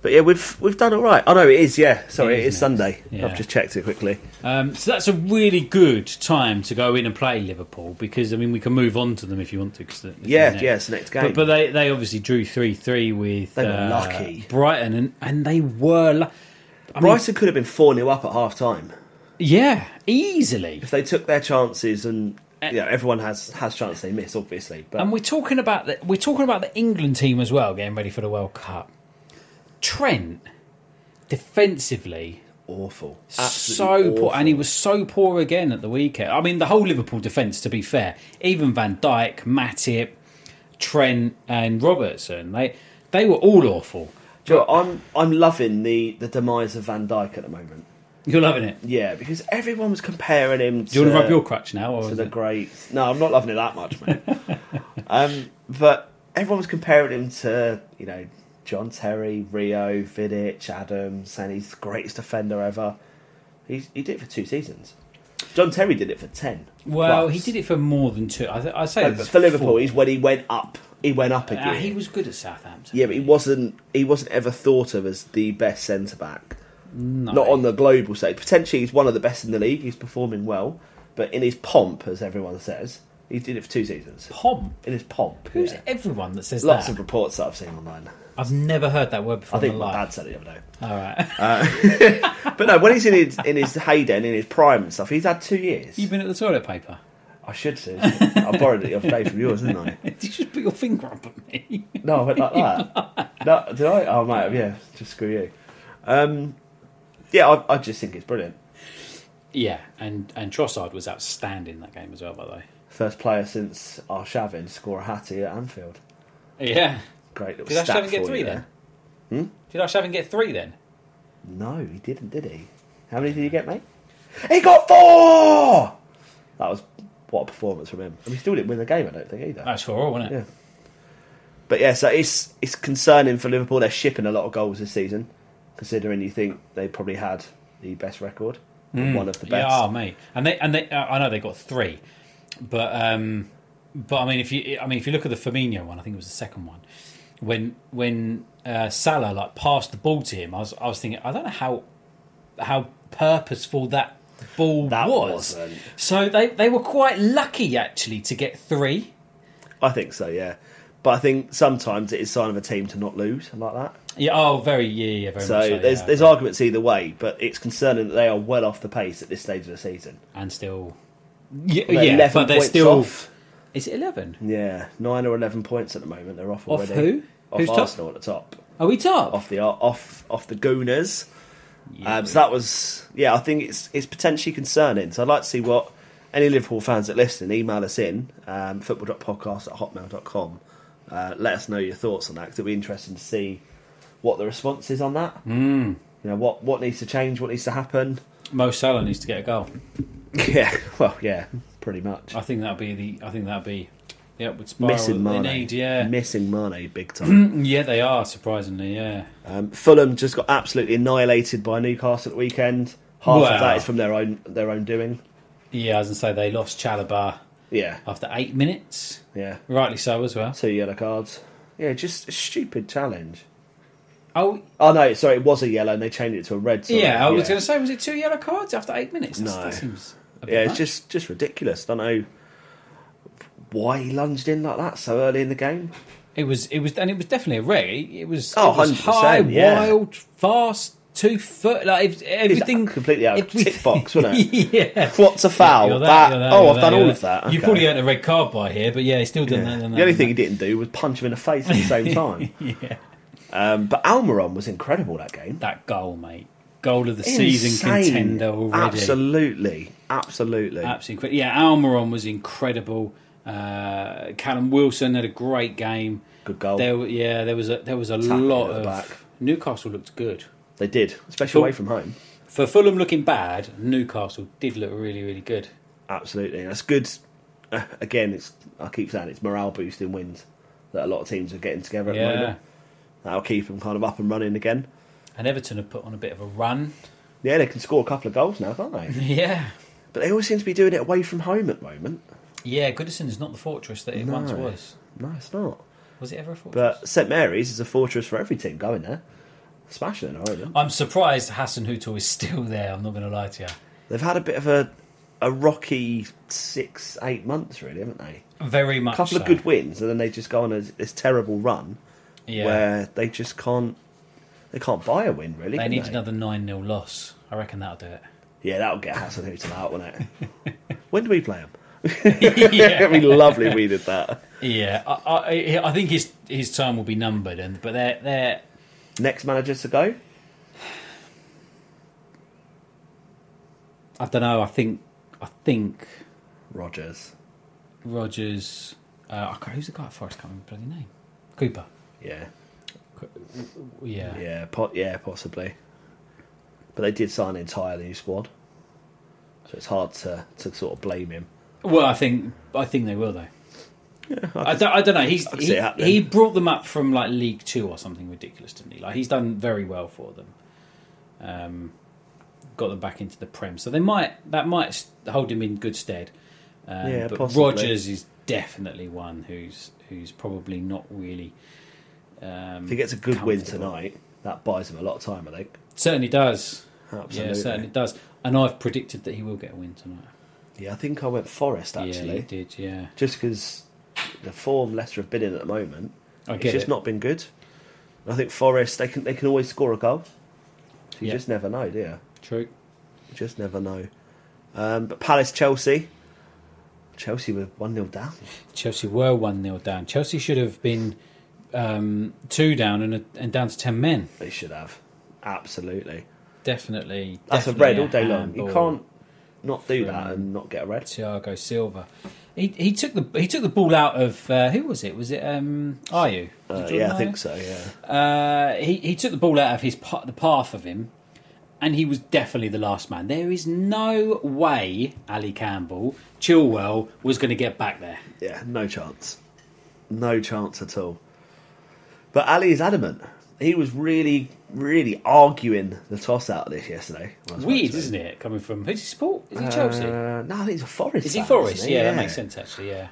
But yeah, we've we've done all right. Oh no, it is. Yeah, sorry, It it is is, next. Sunday. Yeah. I've just checked it quickly. Um, so that's a really good time to go in and play Liverpool because I mean we can move on to them if you want to. Cause the- the Yeah, next. yeah, it's the next game. But, but they they obviously drew three three with They were uh, lucky. Brighton and and they were lu- Brighton could have been four 0 up at half time yeah easily. if they took their chances and. Eh. Yeah, everyone has has chances they miss, obviously. But And we're talking about the we're talking about the England team as well getting ready for the World Cup. Trent defensively awful, Uh, so Absolutely poor, awful. and he was so poor again at the weekend. I mean, the whole Liverpool defence, to be fair, even Van Dijk, Matip, Trent, and Robertson, they they were all awful. Do you know what, I'm I'm loving the, the demise of Van Dyke at the moment. You're loving it. Yeah, because everyone was comparing him. Do you to, want to rub your crutch now? Or to is the it- great? No, I'm not loving it that much, (laughs) man. um, but everyone was comparing him to you know John Terry, Rio, Vidic, Adams, saying he's the greatest defender ever. He's, he did it for two seasons. John Terry did it for ten. well, he did it for more than two. I, th- I say for, this Liverpool. four. He's when he went up. He went up again. Uh, he was good at Southampton. Yeah, but he wasn't. He wasn't ever thought of as the best centre back. Not on the global stage. Potentially, he's one of the best in the league. He's performing well, but in his pomp, as everyone says, he did it for two seasons. Pomp. In his pomp, Who's yeah. everyone that says Lots that? of reports that I've seen online. I've never heard that word before. I think in my my life. dad said it the other day. Uh, All right. (laughs) But no, when he's in his in his heyday and in his prime and stuff, he's had two years. You've been at the toilet paper. (laughs) I should say I borrowed it the other day from yours, didn't I? Did you just put your finger up at me? No, I (laughs) went like that. no, did I? Oh, might have. Yeah, just screw you. Um, yeah, I, I just think it's brilliant. yeah, and and Trossard was outstanding that game as well, by the way. First player since Arshavin to score a hattie at Anfield. Yeah. Great little Did Ash stat Haven get for three you then? there. Did Ash Haven get three then? No, he didn't, did he? How many did he get, mate? He got four! That was what a performance from him. And we still didn't win the game, I don't think, either. That was four all, wasn't it? Yeah. But yeah, so it's it's concerning for Liverpool. They're shipping a lot of goals this season, considering you think they probably had the best record, Mm. and one of the best. Yeah, mate. And they and they uh, I know they got three, but um, but I mean if you I mean if you look at the Firmino one, I think it was the second one when when uh, Salah like passed the ball to him. I was I was thinking I don't know how how purposeful that ball That was. wasn't. So they they were quite lucky actually to get three. I think so, yeah. But I think sometimes it is sign of a team to not lose like that. Yeah. Oh, very yeah, yeah, very So much. So, there's yeah. there's arguments either way, but it's concerning that they are well off the pace at this stage of the season. and still. Yeah, They're yeah 11 but they're points still. off. Is it eleven? Yeah, nine or eleven points at the moment. They're off Off already. who? Off Who's top? Arsenal at the top. Are we top? Off the off off the Gooners. um, so that was yeah. I think it's it's potentially concerning. So I'd like to see what any Liverpool fans that listen email us in um, football.podcast at hotmail.com. Uh, let us know your thoughts on that because it'll be interesting to see what the response is on that. Mm. Hmm. You know what what needs to change, what needs to (laughs) happen. Mo Salah needs to get a goal. Yeah, well, yeah, pretty much. I think that'll be the. I think that'll be the upward spiral Missing that they Mane. need. Yeah, Missing Mane (clears throat) big time. yeah, they are surprisingly. Yeah, um, Fulham just got absolutely annihilated by Newcastle at the weekend. Half Wow. of that is from their own their own doing. yeah. As I say, they lost Chalabar Yeah. after eight minutes. Yeah. Rightly so as well. Two yellow cards. Yeah, just a stupid challenge. Oh, Oh no, sorry, it was a yellow, and they changed it to a red. sorry. yeah, I was going to say, was it two yellow cards after eight minutes? That's, No. That seems. A bit Yeah, it's much. just just ridiculous. Don't know why he lunged in like that so early in the game. It was. It was, and it was definitely a rare. It it was. Oh, it was 100%, high, yeah. wild, fast, two foot. Like it- everything completely out of everything- tick box, wasn't it? (laughs) yeah. What's a foul? You're That- you're oh, you're I've done you're all of that, You okay. probably earned a red card by here, but yeah, he still done Yeah. that. done that, the only done thing he that. didn't do was punch him in the face at (laughs) the same time. yeah. Um, but Almiron was incredible that game. that goal, mate, goal of the season Insane. contender already. Absolutely, absolutely. Absolutely. cra- Yeah, Almiron was incredible. Uh, Callum Wilson had a great game. Good goal. There, were- yeah, there was a there was a Tackle lot at of the back. Newcastle looked good. They did, especially Cool. away from home. For Fulham looking bad, Newcastle did look really really good. Absolutely, that's good. Uh, again, it's I keep saying it's morale boosting wins that a lot of teams are getting together at the Yeah, moment. That'll keep them kind of up and running again. and Everton have put on a bit of a run. (laughs) Yeah, they can score a couple of goals now, can't they? Yeah, but they always seem to be doing it away from home at the moment. yeah. Goodison is not the fortress that it once was. No, it's not. Was it ever a fortress? But St Mary's is a fortress for every team going there. Smashing it, Ireland. I'm surprised Hassan Hutel is still there. I'm not going to lie to you. They've had a bit of a a rocky six, eight months, really, haven't they? Very much. A couple of so. good wins, and then they just go on a, this terrible run Yeah. where they just can't they can't buy a win, really. they can need another nine 0 loss. I reckon that'll do it. Yeah, that'll get Hassan Hootel out, won't it? (laughs) when do we play them? (laughs) It'd be lovely we did that. Yeah, I, I, I think his his time will be numbered, and but they're they're Next manager to go? I don't know. I think I think Rogers. Rogers. Uh, I can't, who's the guy at Forest? Can't remember his bloody name. Cooper. Yeah. Yeah. Yeah, po- yeah, possibly. But they did sign an entirely new squad, so it's hard to, to sort of blame him. Well, I think I think they will though. I, don't, I don't know. He's I can see he, it happening. he brought them up from like League Two or something ridiculous, didn't he? Like he's done very well for them. Um, got them back into the Prem, so they might that might hold him in good stead. Um, Yeah, but possibly. Rogers is definitely one who's who's probably not really If he gets a good win Comfortable. tonight, that buys him a lot of time, I think. certainly does. Absolutely. Yeah, certainly does. And I've predicted that he will get a win tonight. Yeah, I think I went Forest Yeah, actually, you did. Yeah, just because the form Leicester have been in at the moment, I it's get just it. not been good. And I think Forest they can they can always score a goal. So you Yeah. just never know, do you? true. You just never know. Um, but Palace Chelsea, Chelsea were one 0 down. Chelsea were 1 0 down. Chelsea should have been um, two down and, and down to 10 men. They should have absolutely. Definitely. That's a definitely red all day long. You handball. can't not do that and not get a red. Thiago Silva. He, he took the he took the ball out of uh, who was it? Was it um, Ayu? Was it Uh, Jordan yeah, I Ayew? think so. Yeah, Uh, he he took the ball out of his pa- the path of him, and he was definitely the last man. There is no way Ali Campbell Chilwell was going to get back there. yeah, no chance, no chance at all. But Ali is adamant. He was really, really arguing the toss out of this yesterday. Weird, isn't it? Coming from who's he support? Is he Chelsea? Uh, no, I think he's a Forest. is he fan, Forest? isn't Yeah, that makes sense actually. Yeah.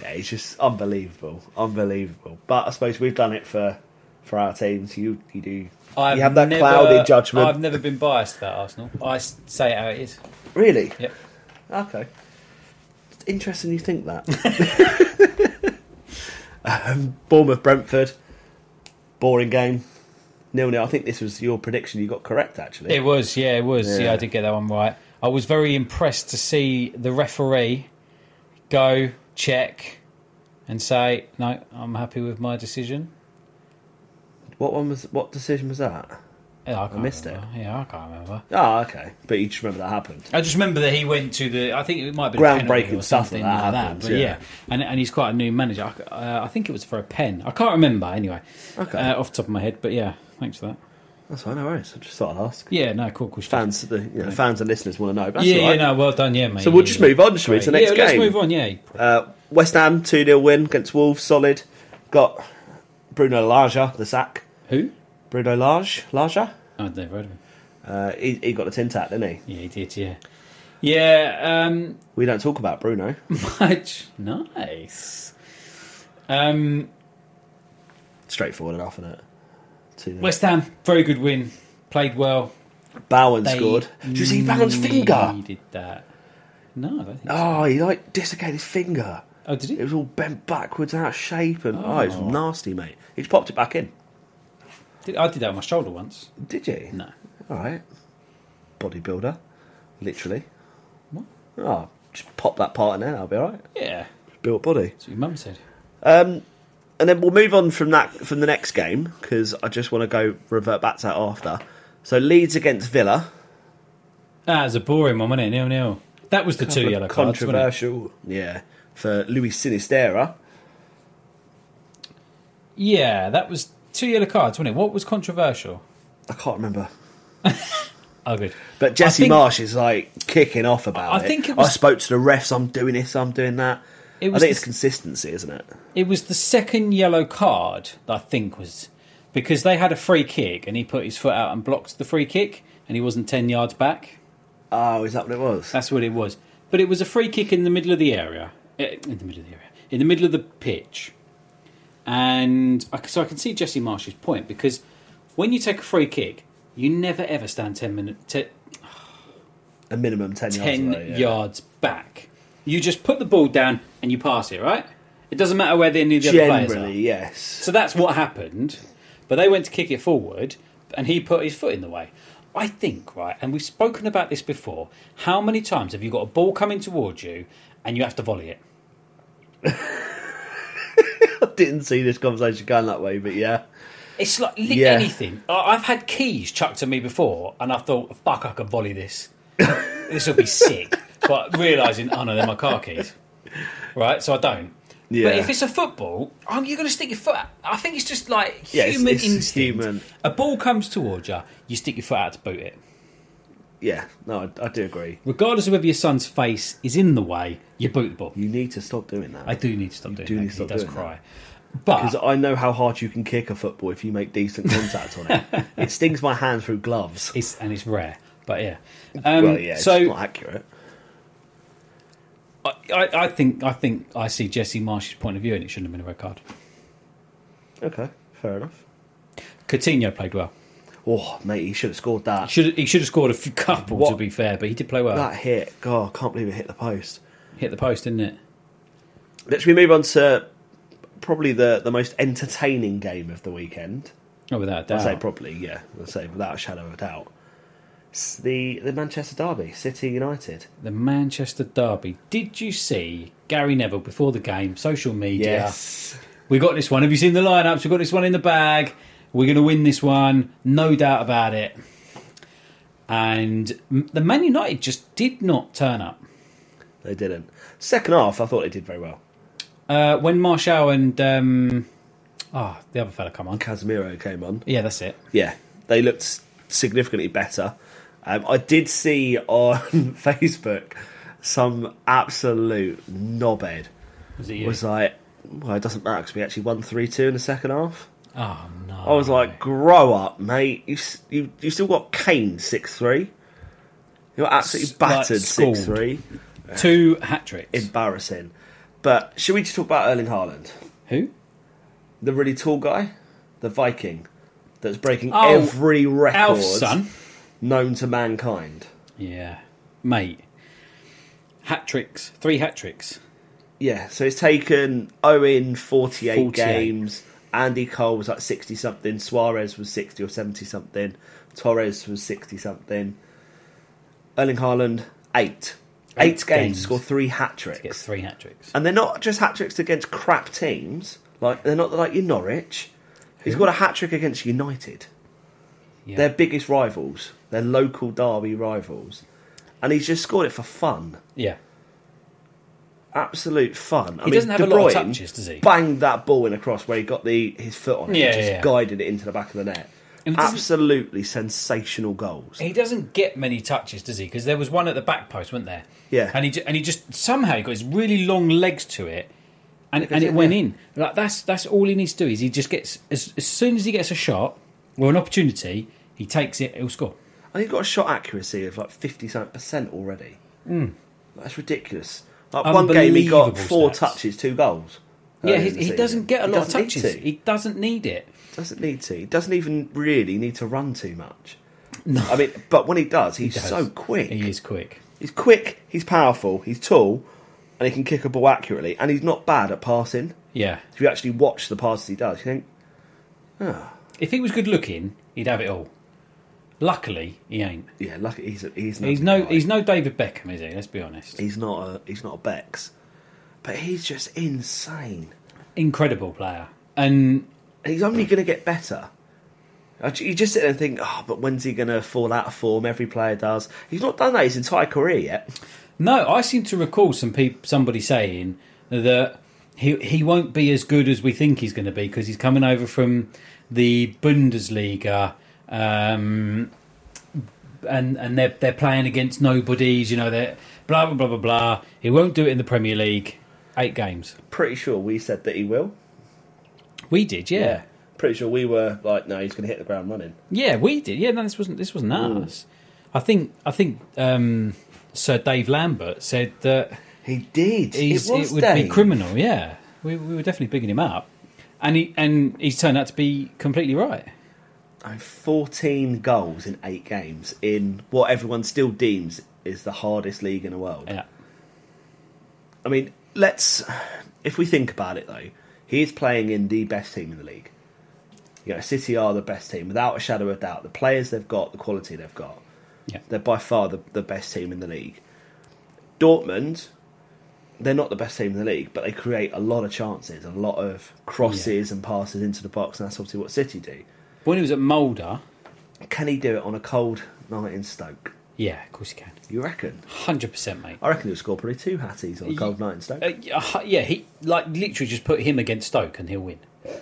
Yeah, he's just unbelievable, unbelievable. But I suppose we've done it for for our teams. You you do. I've you have that never- clouded judgment. I've never been biased about Arsenal. I s- say it how it is. Really? Yep. Okay. It's interesting you think that. (laughs) um, Bournemouth Brentford. Boring game. Nil nil. I think this was your prediction you got correct actually. It was, yeah, it was. Yeah. Yeah. I did get that one right. I was very impressed to see the referee go check and say, "No, I'm happy with my decision." What one was what decision was that? Yeah, Oh, I, can't missed it. remember. Yeah, I can't remember. Oh, okay. But you just remember that happened. I just remember that he went to the. I think it might be Groundbreaking or stuff something like that like that. happens, but yeah, yeah. And, and he's quite a new manager. I, c- uh, I think it was for a pen. I can't remember anyway. Okay. Uh, off the top of my head, but yeah, thanks for that. That's fine, no worries. I just thought I'd ask. Yeah, no, cool, cool. stuff. Fans the you know, fans and listeners want to know, but that's yeah, all right. yeah, no, well done, yeah, mate. So we'll just move on, shall we, to the next yeah, let's game? move on, yeah. Uh, West Ham 2 0 win against Wolves, solid. Got Bruno Larger, the sack. Who? Bruno Large, Larger? I've never heard of him. Uh, he, he got the tin tack, didn't he? Yeah, he did, yeah. Yeah, um, (laughs) We don't talk about Bruno. much. Nice. Um, Straightforward enough, isn't it? Two nil. West Ham, very good win. Played well. Bowen They scored. Did you see Bowen's finger? Needed that. No, I don't think so. Oh, he like dislocated his finger. Oh, did he? It was all bent backwards and out of shape, and oh, it was nasty, mate. He just popped it back in. Did- I did that on my shoulder once. Did you? No. All right. Bodybuilder, literally. What? Oh, just pop that part in there. I'll be all right. Yeah. Built body. That's what your mum said. and then we'll move on from that from the next game because I just want to go revert back to that after. So Leeds against Villa, That was a boring one, wasn't Ah, it? Nil nil. That was the two yellow cards. wasn't it? controversial, yeah, for Luis Sinistera. Yeah, that was two yellow cards, wasn't it? What was controversial? I can't remember, Oh, good. but I Jesse think- Marsh is like kicking off about I it. think it was- I spoke to the refs. I'm doing this. I'm doing that. It I was think the- it's consistency, isn't it? It was the second yellow card that I think was because they had a free kick and he put his foot out and blocked the free kick and he wasn't 10 yards back. Oh, is that what it was? That's what it was. But it was a free kick in the middle of the area. eh, In the middle of the area. In the middle of the pitch. And I c so I can see Jesse Marsh's point because when you take a free kick, you never ever stand 10, minute, te- A minimum ten, 10 yards. Away, yeah. yards back. You just put the ball down and you pass it, right? It doesn't matter where the- any of the other players are. Generally, yes. (laughs) So that's what happened. But they went to kick it forward, and he put his foot in the way. I think, right, and we've spoken about this before. How many times have you got a ball coming towards you and you have to volley it? I didn't see this conversation going that way, but yeah. It's like li- Yeah. anything. I- I've had keys chucked at me before, and I thought, fuck, I could volley (laughs) this. this will be sick. But realising, oh no, they're my car keys. Right, so I don't. Yeah. But if it's a football, oh, you're going to stick your foot out. I think it's just like Yeah, it's- human it's instinct. human. A ball comes towards you, you stick your foot out to boot it. Yeah, no, I, I do agree. Regardless of whether your son's face is in the way, you boot the ball. You need to stop doing that. I do need to stop doing do that need 'cause to he stop does doing cry. because But I know how hard you can kick a football if you make decent contact on (laughs) it. It stings my hand through gloves. it's and it's rare. But yeah. Um, well, yeah, so it's not accurate. I, I, I think I think I see Jesse Marsh's point of view, and it shouldn't have been a red card. Okay, fair enough. Coutinho played well. Oh, mate, he should have scored that. Should he should have scored a few couple to What? be fair, but he did play well. That hit, God, I can't believe it hit the post. Hit the post, didn't it? Let's we move on to probably the, the most entertaining game of the weekend. Oh, without a I doubt. say probably, yeah. I say without a shadow of a doubt. It's the the Manchester derby, City United. the Manchester derby. Did you see Gary Neville before the game? Social media. We got this one. Have you seen the lineups? We've got this one in the bag. We're going to win this one. No doubt about it. And m- the Man United just did not turn up. they didn't. Second half, I thought they did very well. Uh, when Marshall and. Um, oh, the other fella, come on. Casemiro came on. Yeah, that's it. yeah, they looked significantly better. Um, I did see on (laughs) Facebook some absolute knobhead Was it you? was like, well, it doesn't matter because we actually won 3 2 in the second half. oh, no. I was like, grow up, mate. You, s- you, you still got Kane 6 3. You're absolutely S- like, battered 6 scored. 3. Oh, Two hat tricks. Embarrassing. But should we just talk about Erling Haaland? Who? The really tall guy? The Viking that's breaking Oh, every record Alf's son. known to mankind. Yeah. Mate. Hat tricks. Three hat tricks. Yeah, so it's taken Owen 48, 48. games. Andy Cole was like 60 something. Suarez was 60 or 70 something. Torres was 60 something. Erling Haaland, eight. Eight, Eight games, games. to score three hat Gets tricks. three hat tricks. And they're not just hat tricks against crap teams. Like They're not like your Norwich. He's got a hat trick against United. Yeah. Their biggest rivals, their local derby rivals. And he's just scored it for fun. Yeah. absolute fun. I He mean, doesn't have a De lot of Bruyne touches, does he? Banged that ball in across where he got the his foot on it, Yeah, and just yeah, yeah. guided it into the back of the net. And it doesn't- Absolutely sensational goals. He doesn't get many touches, does he? Because there was one at the back post, wasn't there? Yeah. And he ju- and he just somehow he got his really long legs to it, and goes and it in, went yeah. in. Like that's that's all he needs to do is he just gets as, as soon as he gets a shot or an opportunity, he takes it, he'll score. And he's got a shot accuracy of like fifty something percent already. That's ridiculous. Like one Hmm. Unbelievable game he got four stats. touches, two goals. Yeah, early he, Oh, in the he season. doesn't get a lot of doesn't need touches. to. He doesn't need it. Doesn't need to. He doesn't even really need to run too much. No. I mean, but when he does, he's does. so quick. He is quick. He's quick, he's powerful, he's tall, and he can kick a ball accurately, and he's not bad at passing. Yeah. If you actually watch the passes he does, you think, If he was good looking, he'd have it all. Luckily, he ain't. yeah, lucky he's a, he's, He's nothing no like- he's no David Beckham, is he? Let's be honest. he's not a he's not a Bex, but he's just insane. Incredible player. And And he's only going to get better. I ju- You just sit there and think, oh, but when's he going to fall out of form? Every player does. He's not done that his entire career yet. no, I seem to recall some peop- somebody saying that he he won't be as good as we think he's going to be because he's coming over from the Bundesliga um, and and they're they're playing against nobodies, you know, they are blah blah blah blah blah. He won't do it in the Premier League. Eight games. Pretty sure we said that he will. We did, yeah. Pretty sure we were like, no, he's going to hit the ground running. Yeah, we did. Yeah, no, this wasn't this wasn't us. I think I think um, Sir Dave Lambert said that He did. he's, it was it would be Dave. criminal. Yeah, we, we were definitely bigging him up, and he and he's turned out to be completely right. I mean, 14 goals in eight games in what everyone still deems is the hardest league in the world. Yeah, I mean, let's if we think about it though, he is playing in the best team in the league. You know, City are the best team without a shadow of a doubt. The players they've got, the quality they've got, yeah, they're by far the, the best team in the league. Dortmund, they're not the best team in the league, but they create a lot of chances, a lot of crosses and passes into the box, and that's obviously what City do. when he was at Mulder, Can he do it on a cold night in Stoke? yeah, of course he can, You reckon? hundred percent, mate. I reckon he'll score probably two hatties on a cold night in Stoke. Uh, yeah, yeah, he like literally just put him against Stoke and he'll win. (laughs)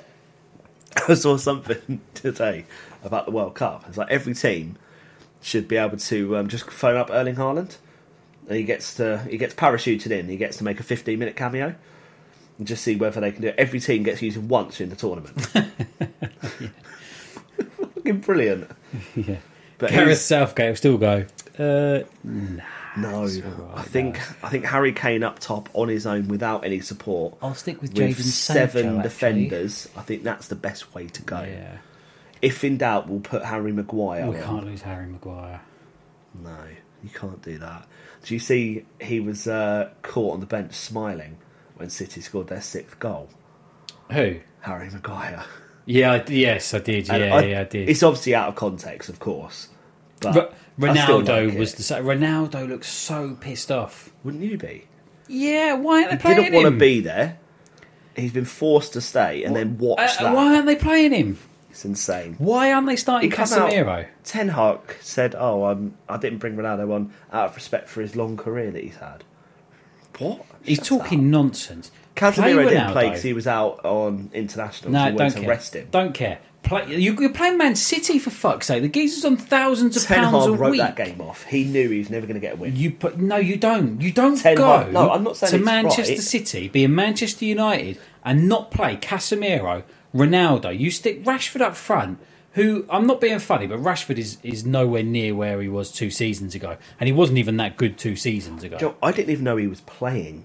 I saw something (laughs) today about the World Cup. It's like every team should be able to um, just phone up Erling Haaland, and he gets to he gets parachuted in. He gets to make a fifteen minute cameo, and just see whether they can do it. Every team gets used once in (laughs) the tournament. (laughs) Fucking brilliant. Yeah, But Gareth he's- Southgate will still go. Uh, no, I think I think Harry Kane up top on his own without any support. I'll stick with with Jadon seven Sancho, actually. defenders. I think that's the best way to go. yeah, If in doubt, we'll put Harry Maguire. Oh, we on. can't lose Harry Maguire. No, you can't do that. Do you see he was uh, caught on the bench smiling when City scored their sixth goal? Who? Harry Maguire. Yeah, I, yes, I did. And Yeah, I- yeah, I did. It's obviously out of context, of course. But Ro- I still Ronaldo like it. was the same. Ronaldo looked so pissed off. Wouldn't you be? Yeah, why aren't they He playing didn't want to him? be there. He's been forced to stay and then watch Uh, that. why aren't they playing him? It's insane. Why aren't they starting come out- Casemiro? Ten Hag said, "Oh, um, I didn't bring Ronaldo on out of respect for his long career that he's had." What? He's Shut talking up. nonsense. Casemiro Play didn't play Ronaldo. because he was out on international. No, so he don't wanted to care. rest him. Don't care. Play, you, you're playing Man City for fuck's sake. The geezer's on thousands of Ten pounds a Hag wrote week. that game off. He knew he was never going to get a win. You put no, you don't. You don't Ten go. Hag- no, I'm not saying to it's Manchester right. City, be in Manchester United, and not play Casemiro, Ronaldo. You stick Rashford up front. Who I'm not being funny, but Rashford is, is nowhere near where he was two seasons ago, and he wasn't even that good two seasons ago, Joe, I didn't even know he was playing.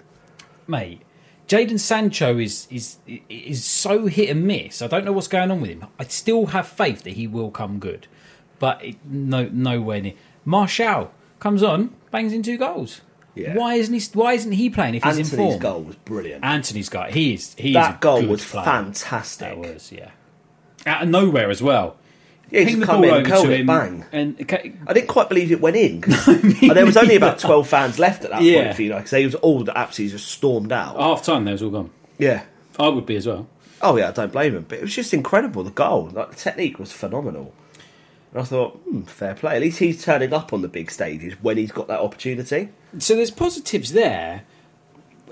mate. Jaden Sancho is is is so hit and miss. I don't know what's going on with him. I still have faith that he will come good, but it, no nowhere near. Marshall comes on, bangs in two goals. Yeah. Why isn't he? Why isn't he playing if he's in Anthony's form? goal was brilliant. Anthony's guy. He is. He is a that goal good was player. fantastic. That was yeah. Out of nowhere as well. Yeah, he Ping just the come ball in, over curled to it, him, bang. and ca- I didn't quite believe it went (laughs) in. 'cause- and there was only about twelve fans left at that Yeah. Oh. point for United. 'cause They was all that absolutely just stormed out. half time they was all gone. Yeah. I would be as well. Oh yeah, I don't blame him. But it was just incredible. The goal, like the technique, was phenomenal. And I thought, hmm, fair play. At least he's turning up on the big stages when he's got that opportunity. So there's positives there,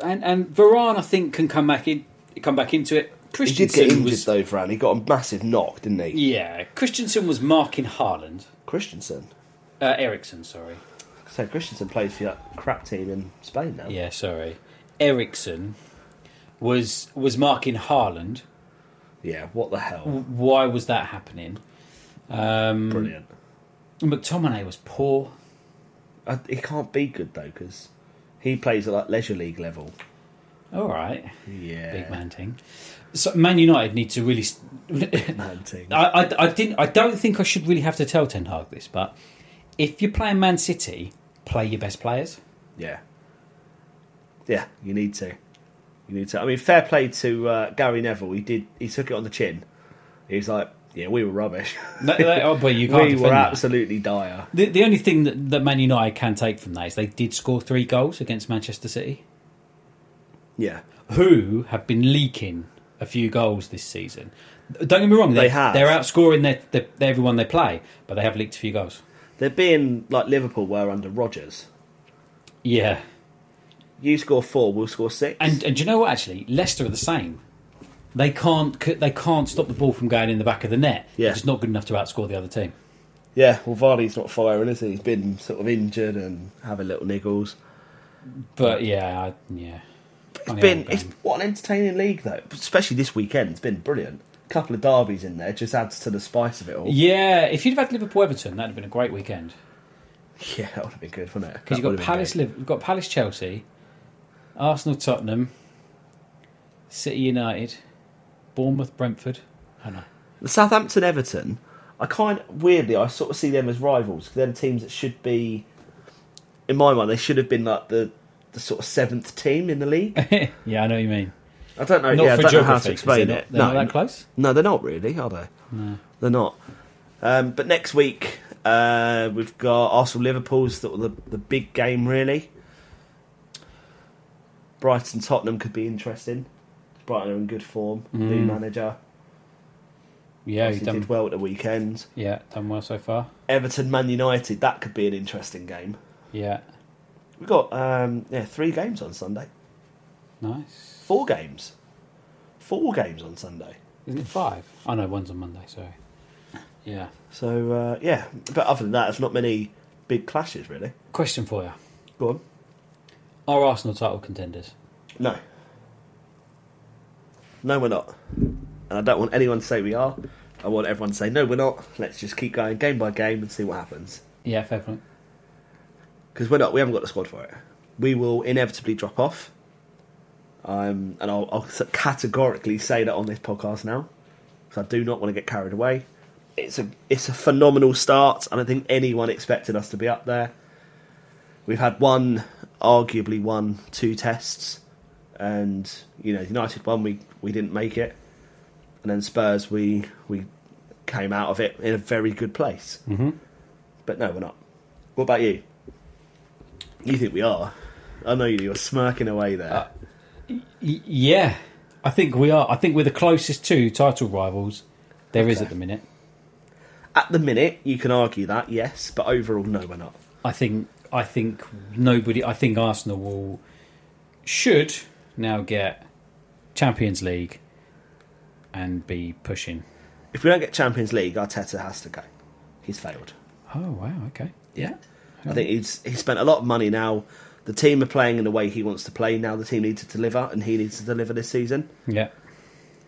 and and Varane I think can come back in, come back into it. He Christensen did get injured was though, Fran. He got a massive knock, didn't he? yeah. Christensen was marking Haaland. Christensen. Uh, Ericsson, sorry. So Christensen plays for that crap team in Spain now. Yeah, sorry. Ericsson was was marking Haaland. Yeah, what the hell? Why was that happening? Mm. Brilliant. McTominay was poor. Uh, he can't be good though because he plays at like leisure league level. All right, Yeah. big man ting. so Man United need to really. (laughs) s- Nineteen. I, I, I didn't. I don't think I should really have to tell Ten Hag this, but if you're playing Man City, play your best players. Yeah. Yeah, you need to. You need to. I mean, fair play to uh, Gary Neville. He did. He took it on the chin. He was like, "Yeah, we were rubbish. No, (laughs) no, oh, but (laughs) you can't we defend were that. absolutely dire." The, the only thing that, that Man United can take from that is they did score three goals against Manchester City, Yeah, who have been leaking a few goals this season. Don't get me wrong, They they're, have. They're outscoring their, their, everyone they play, but they have leaked a few goals. they're being like Liverpool were under Rodgers. Yeah. You score four, we'll score six. And, uh, and do you know what, actually? Leicester are the same. They can't, c- they can't stop the ball from going in the back of the net. Yeah. It's not good enough to outscore the other team. yeah, well, Vardy's not firing, is he? He's been sort of injured and having little niggles. But yeah, I, yeah. It's been it's what an entertaining league though, especially this weekend. It's been brilliant. A couple of derbies in there just adds to the spice of it all. Yeah, if you'd have had Liverpool Everton, that'd have been a great weekend. (laughs) Yeah, that would have been good, wouldn't it? Because That you've would got have been Palace, good. Liv- you've got Palace, Chelsea, Arsenal, Tottenham, City United, Bournemouth, Brentford. I know. The Southampton Everton, I kind weirdly I sort of see them as rivals. 'cause They're the teams that should be, in my mind, they should have been like the, the sort of seventh team in the league. (laughs) yeah, I know what you mean. I don't know. (laughs) Not Uh, yeah, for I don't geography, know how to 'cause explain they're not- it. they're no, not that close? No, they're not really, are they? No, they're not. Um, but next week uh, we've got Arsenal Liverpool's the, the the big game really. Brighton Tottenham could be interesting. Brighton are in good form. New Mm. manager. Yeah, you've He done, did well at the weekend. yeah, done well so far. Everton Man United, that could be an interesting game. Yeah, We've got um, yeah, three games on Sunday. nice. Four games. Four games on Sunday. Isn't it five? I know one's on Monday, sorry. Yeah. So uh, yeah. But other than that, there's not many big clashes really. Question for you. Go on. Are Arsenal title contenders? No. No we're not. And I don't want anyone to say we are. I want everyone to say no we're not. Let's just keep going game by game and see what happens. Yeah, fair point. because we're not. We haven't got the squad for it. We will inevitably drop off. Um, and I'll, I'll s- categorically say that on this podcast now, because I do not want to get carried away. It's a it's a phenomenal start. I don't think anyone expected us to be up there. We've had one, arguably one, two tests, and you know United one we we didn't make it, and then Spurs we we came out of it in a very good place. Mm-hmm. But no, we're not. What about you? You think we are? I know you. do. You're smirking away there. Y- yeah, I think we are. I think we're the closest two title rivals there is at the minute. At the minute, you can argue that, yes, but overall, no, we're not. I think I think nobody. I think Arsenal will should now get Champions League and be pushing. If we don't get Champions League, Arteta has to go. He's failed. Oh wow! Okay. Yeah. I think he's he spent a lot of money now. The team are playing in the way he wants to play. Now the team needs to deliver, and he needs to deliver this season. Yeah.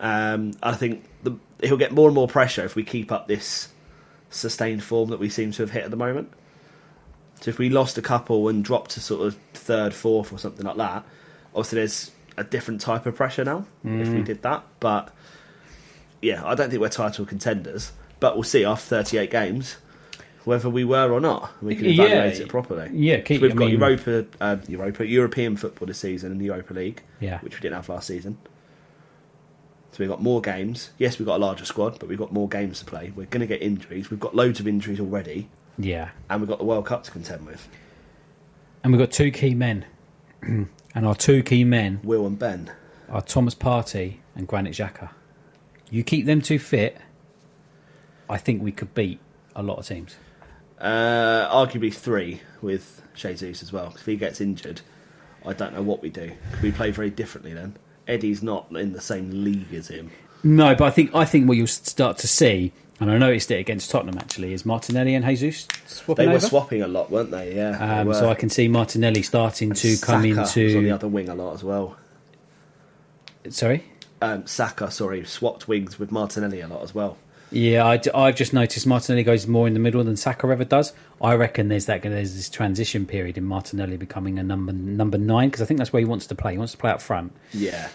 Um, I think the, he'll get more and more pressure if we keep up this sustained form that we seem to have hit at the moment. So if we lost a couple and dropped to sort of third, fourth, or something like that, obviously there's a different type of pressure now if Mm. we did that. But yeah, I don't think we're title contenders, but we'll see after 38 games whether we were or not. We can Yeah. evaluate it properly. Yeah, keep- So we've I got mean- Europa, uh, Europa, European football this season and the Europa League, Yeah. which we didn't have last season. So we've got more games. Yes, we've got a larger squad, but we've got more games to play. We're going to get injuries. We've got loads of injuries already, Yeah. and we've got the World Cup to contend with. And we've got two key men, (clears throat) and our two key men Will and Ben. are Thomas Partey and Granit Xhaka. You keep them two fit, I think we could beat a lot of teams. Uh, arguably three with Jesus as well. 'cause If he gets injured, I don't know what we do. We play very differently then. Eddie's not in the same league as him. No, but I think I think what you'll start to see, and I noticed it against Tottenham actually, is Martinelli and Jesus swapping They were over. swapping a lot, weren't they? Yeah. they um, were. so I can see Martinelli starting to come Saka was on the into. other wing a lot as well. Sorry, Um, Saka, sorry, swapped wings with Martinelli a lot as well. yeah, I, have just noticed Martinelli goes more in the middle than Saka ever does. I reckon there's that there's this transition period in Martinelli becoming a number number nine because I think that's where he wants to play. He wants to play up front. Yeah.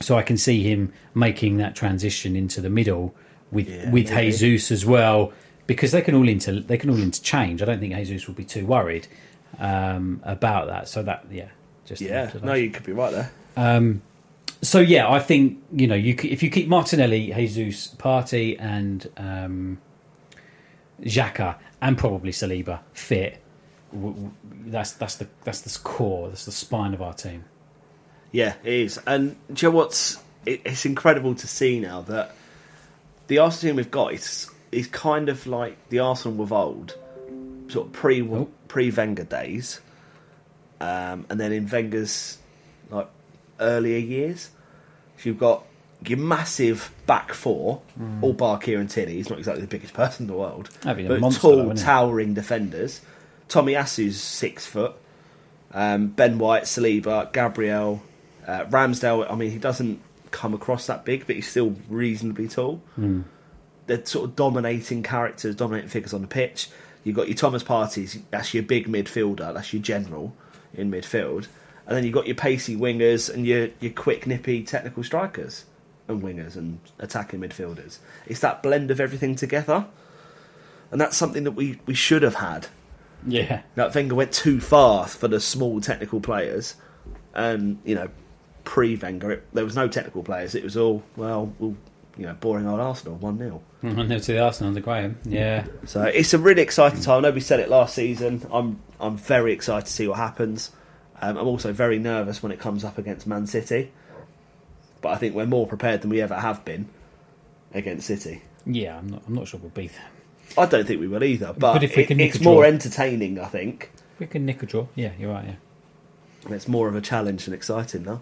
so I can see him making that transition into the middle with with Jesus as well because they can all inter they can all interchange. I don't think Jesus will be too worried um, about that. So that yeah, just an Yeah, observation. no, you could be right there. So yeah, I think you know you c- if you keep Martinelli, Jesus, Party, and um, Xhaka, and probably Saliba fit. W- w- that's that's the that's the core. That's the spine of our team. Yeah, it is. And do you know what's? It, it's incredible to see now that the Arsenal team we've got is is kind of like the Arsenal of old, sort of pre Oh. pre Wenger days, um, and then in Wenger's like earlier years. So you've got your massive back four, all bar Kieran Tierney. He's not exactly the biggest person in the world, Hmm. That'd be a but monster, though, tall, wouldn't it? towering defenders. Tommy Asu's six foot. Um, ben White, Saliba, Gabriel, uh, Ramsdale. I mean, he doesn't come across that big, but he's still reasonably tall. They're sort of dominating characters, dominating figures on the pitch. You've got your Thomas Parties, that's your big midfielder, that's your general in midfield. And then you've got your pacey wingers and your, your quick, nippy technical strikers and wingers and attacking midfielders. It's that blend of everything together. And that's something that we, we should have had Yeah, (laughs) that Wenger went too far for the small technical players, and you know, pre Wenger it- there was no technical players. It was all well, well you know, boring old Arsenal one 0 and now to the Arsenal under Graham. Yeah, So it's a really exciting time. I know we said it last season. I'm I'm very excited to see what happens. Um, I'm also very nervous when it comes up against Man City, but I think we're more prepared than we ever have been against City. yeah. I'm not. I'm not sure we'll beat them. I don't think we will either, but, But if we it- can nick it's a draw. more entertaining. I think We can nick a draw. Yeah, you're right. Yeah. it's more of a challenge and exciting now.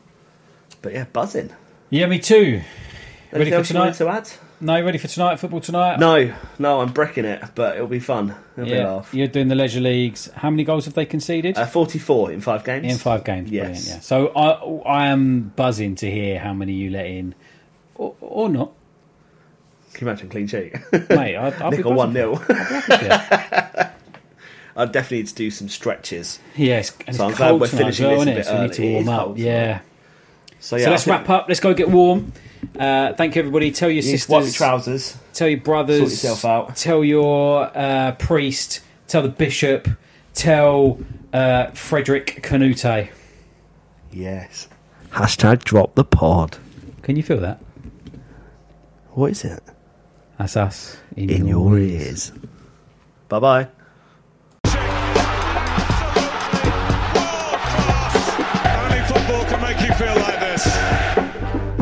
But yeah, buzzing. Yeah, me too. Ready Anything for else you wanted tonight? to add? No, you ready for tonight? Football tonight? No, no, I'm bricking it, but it'll be fun. It'll be a Yeah, laugh. you're doing the leisure leagues. How many goals have they conceded? Uh, 44 in five games. In five games, Yes. brilliant. Yeah. So I I am buzzing to hear how many you let in, or, or not, Can you imagine clean sheet? (laughs) mate. I, I'll be Nickel buzzing. 1 0. Yeah, I definitely need to do some stretches. yeah it's, and So I'm it's glad cold we're tonight as finishing well, this a isn't it? bit So we need to early. It warm is up. cold Yeah. So, yeah, so let's I think- wrap up. Let's go get warm. Uh, thank you, everybody. Tell your You need to wipe your sisters. trousers. tell your brothers, Sort yourself out. Tell your uh, priest. Tell the bishop. Tell uh, Frederick Canute. Yes. Hashtag drop the pod. Can you feel that? What is it? That's us in, In your ears. Bye bye. Only football can make you feel like this.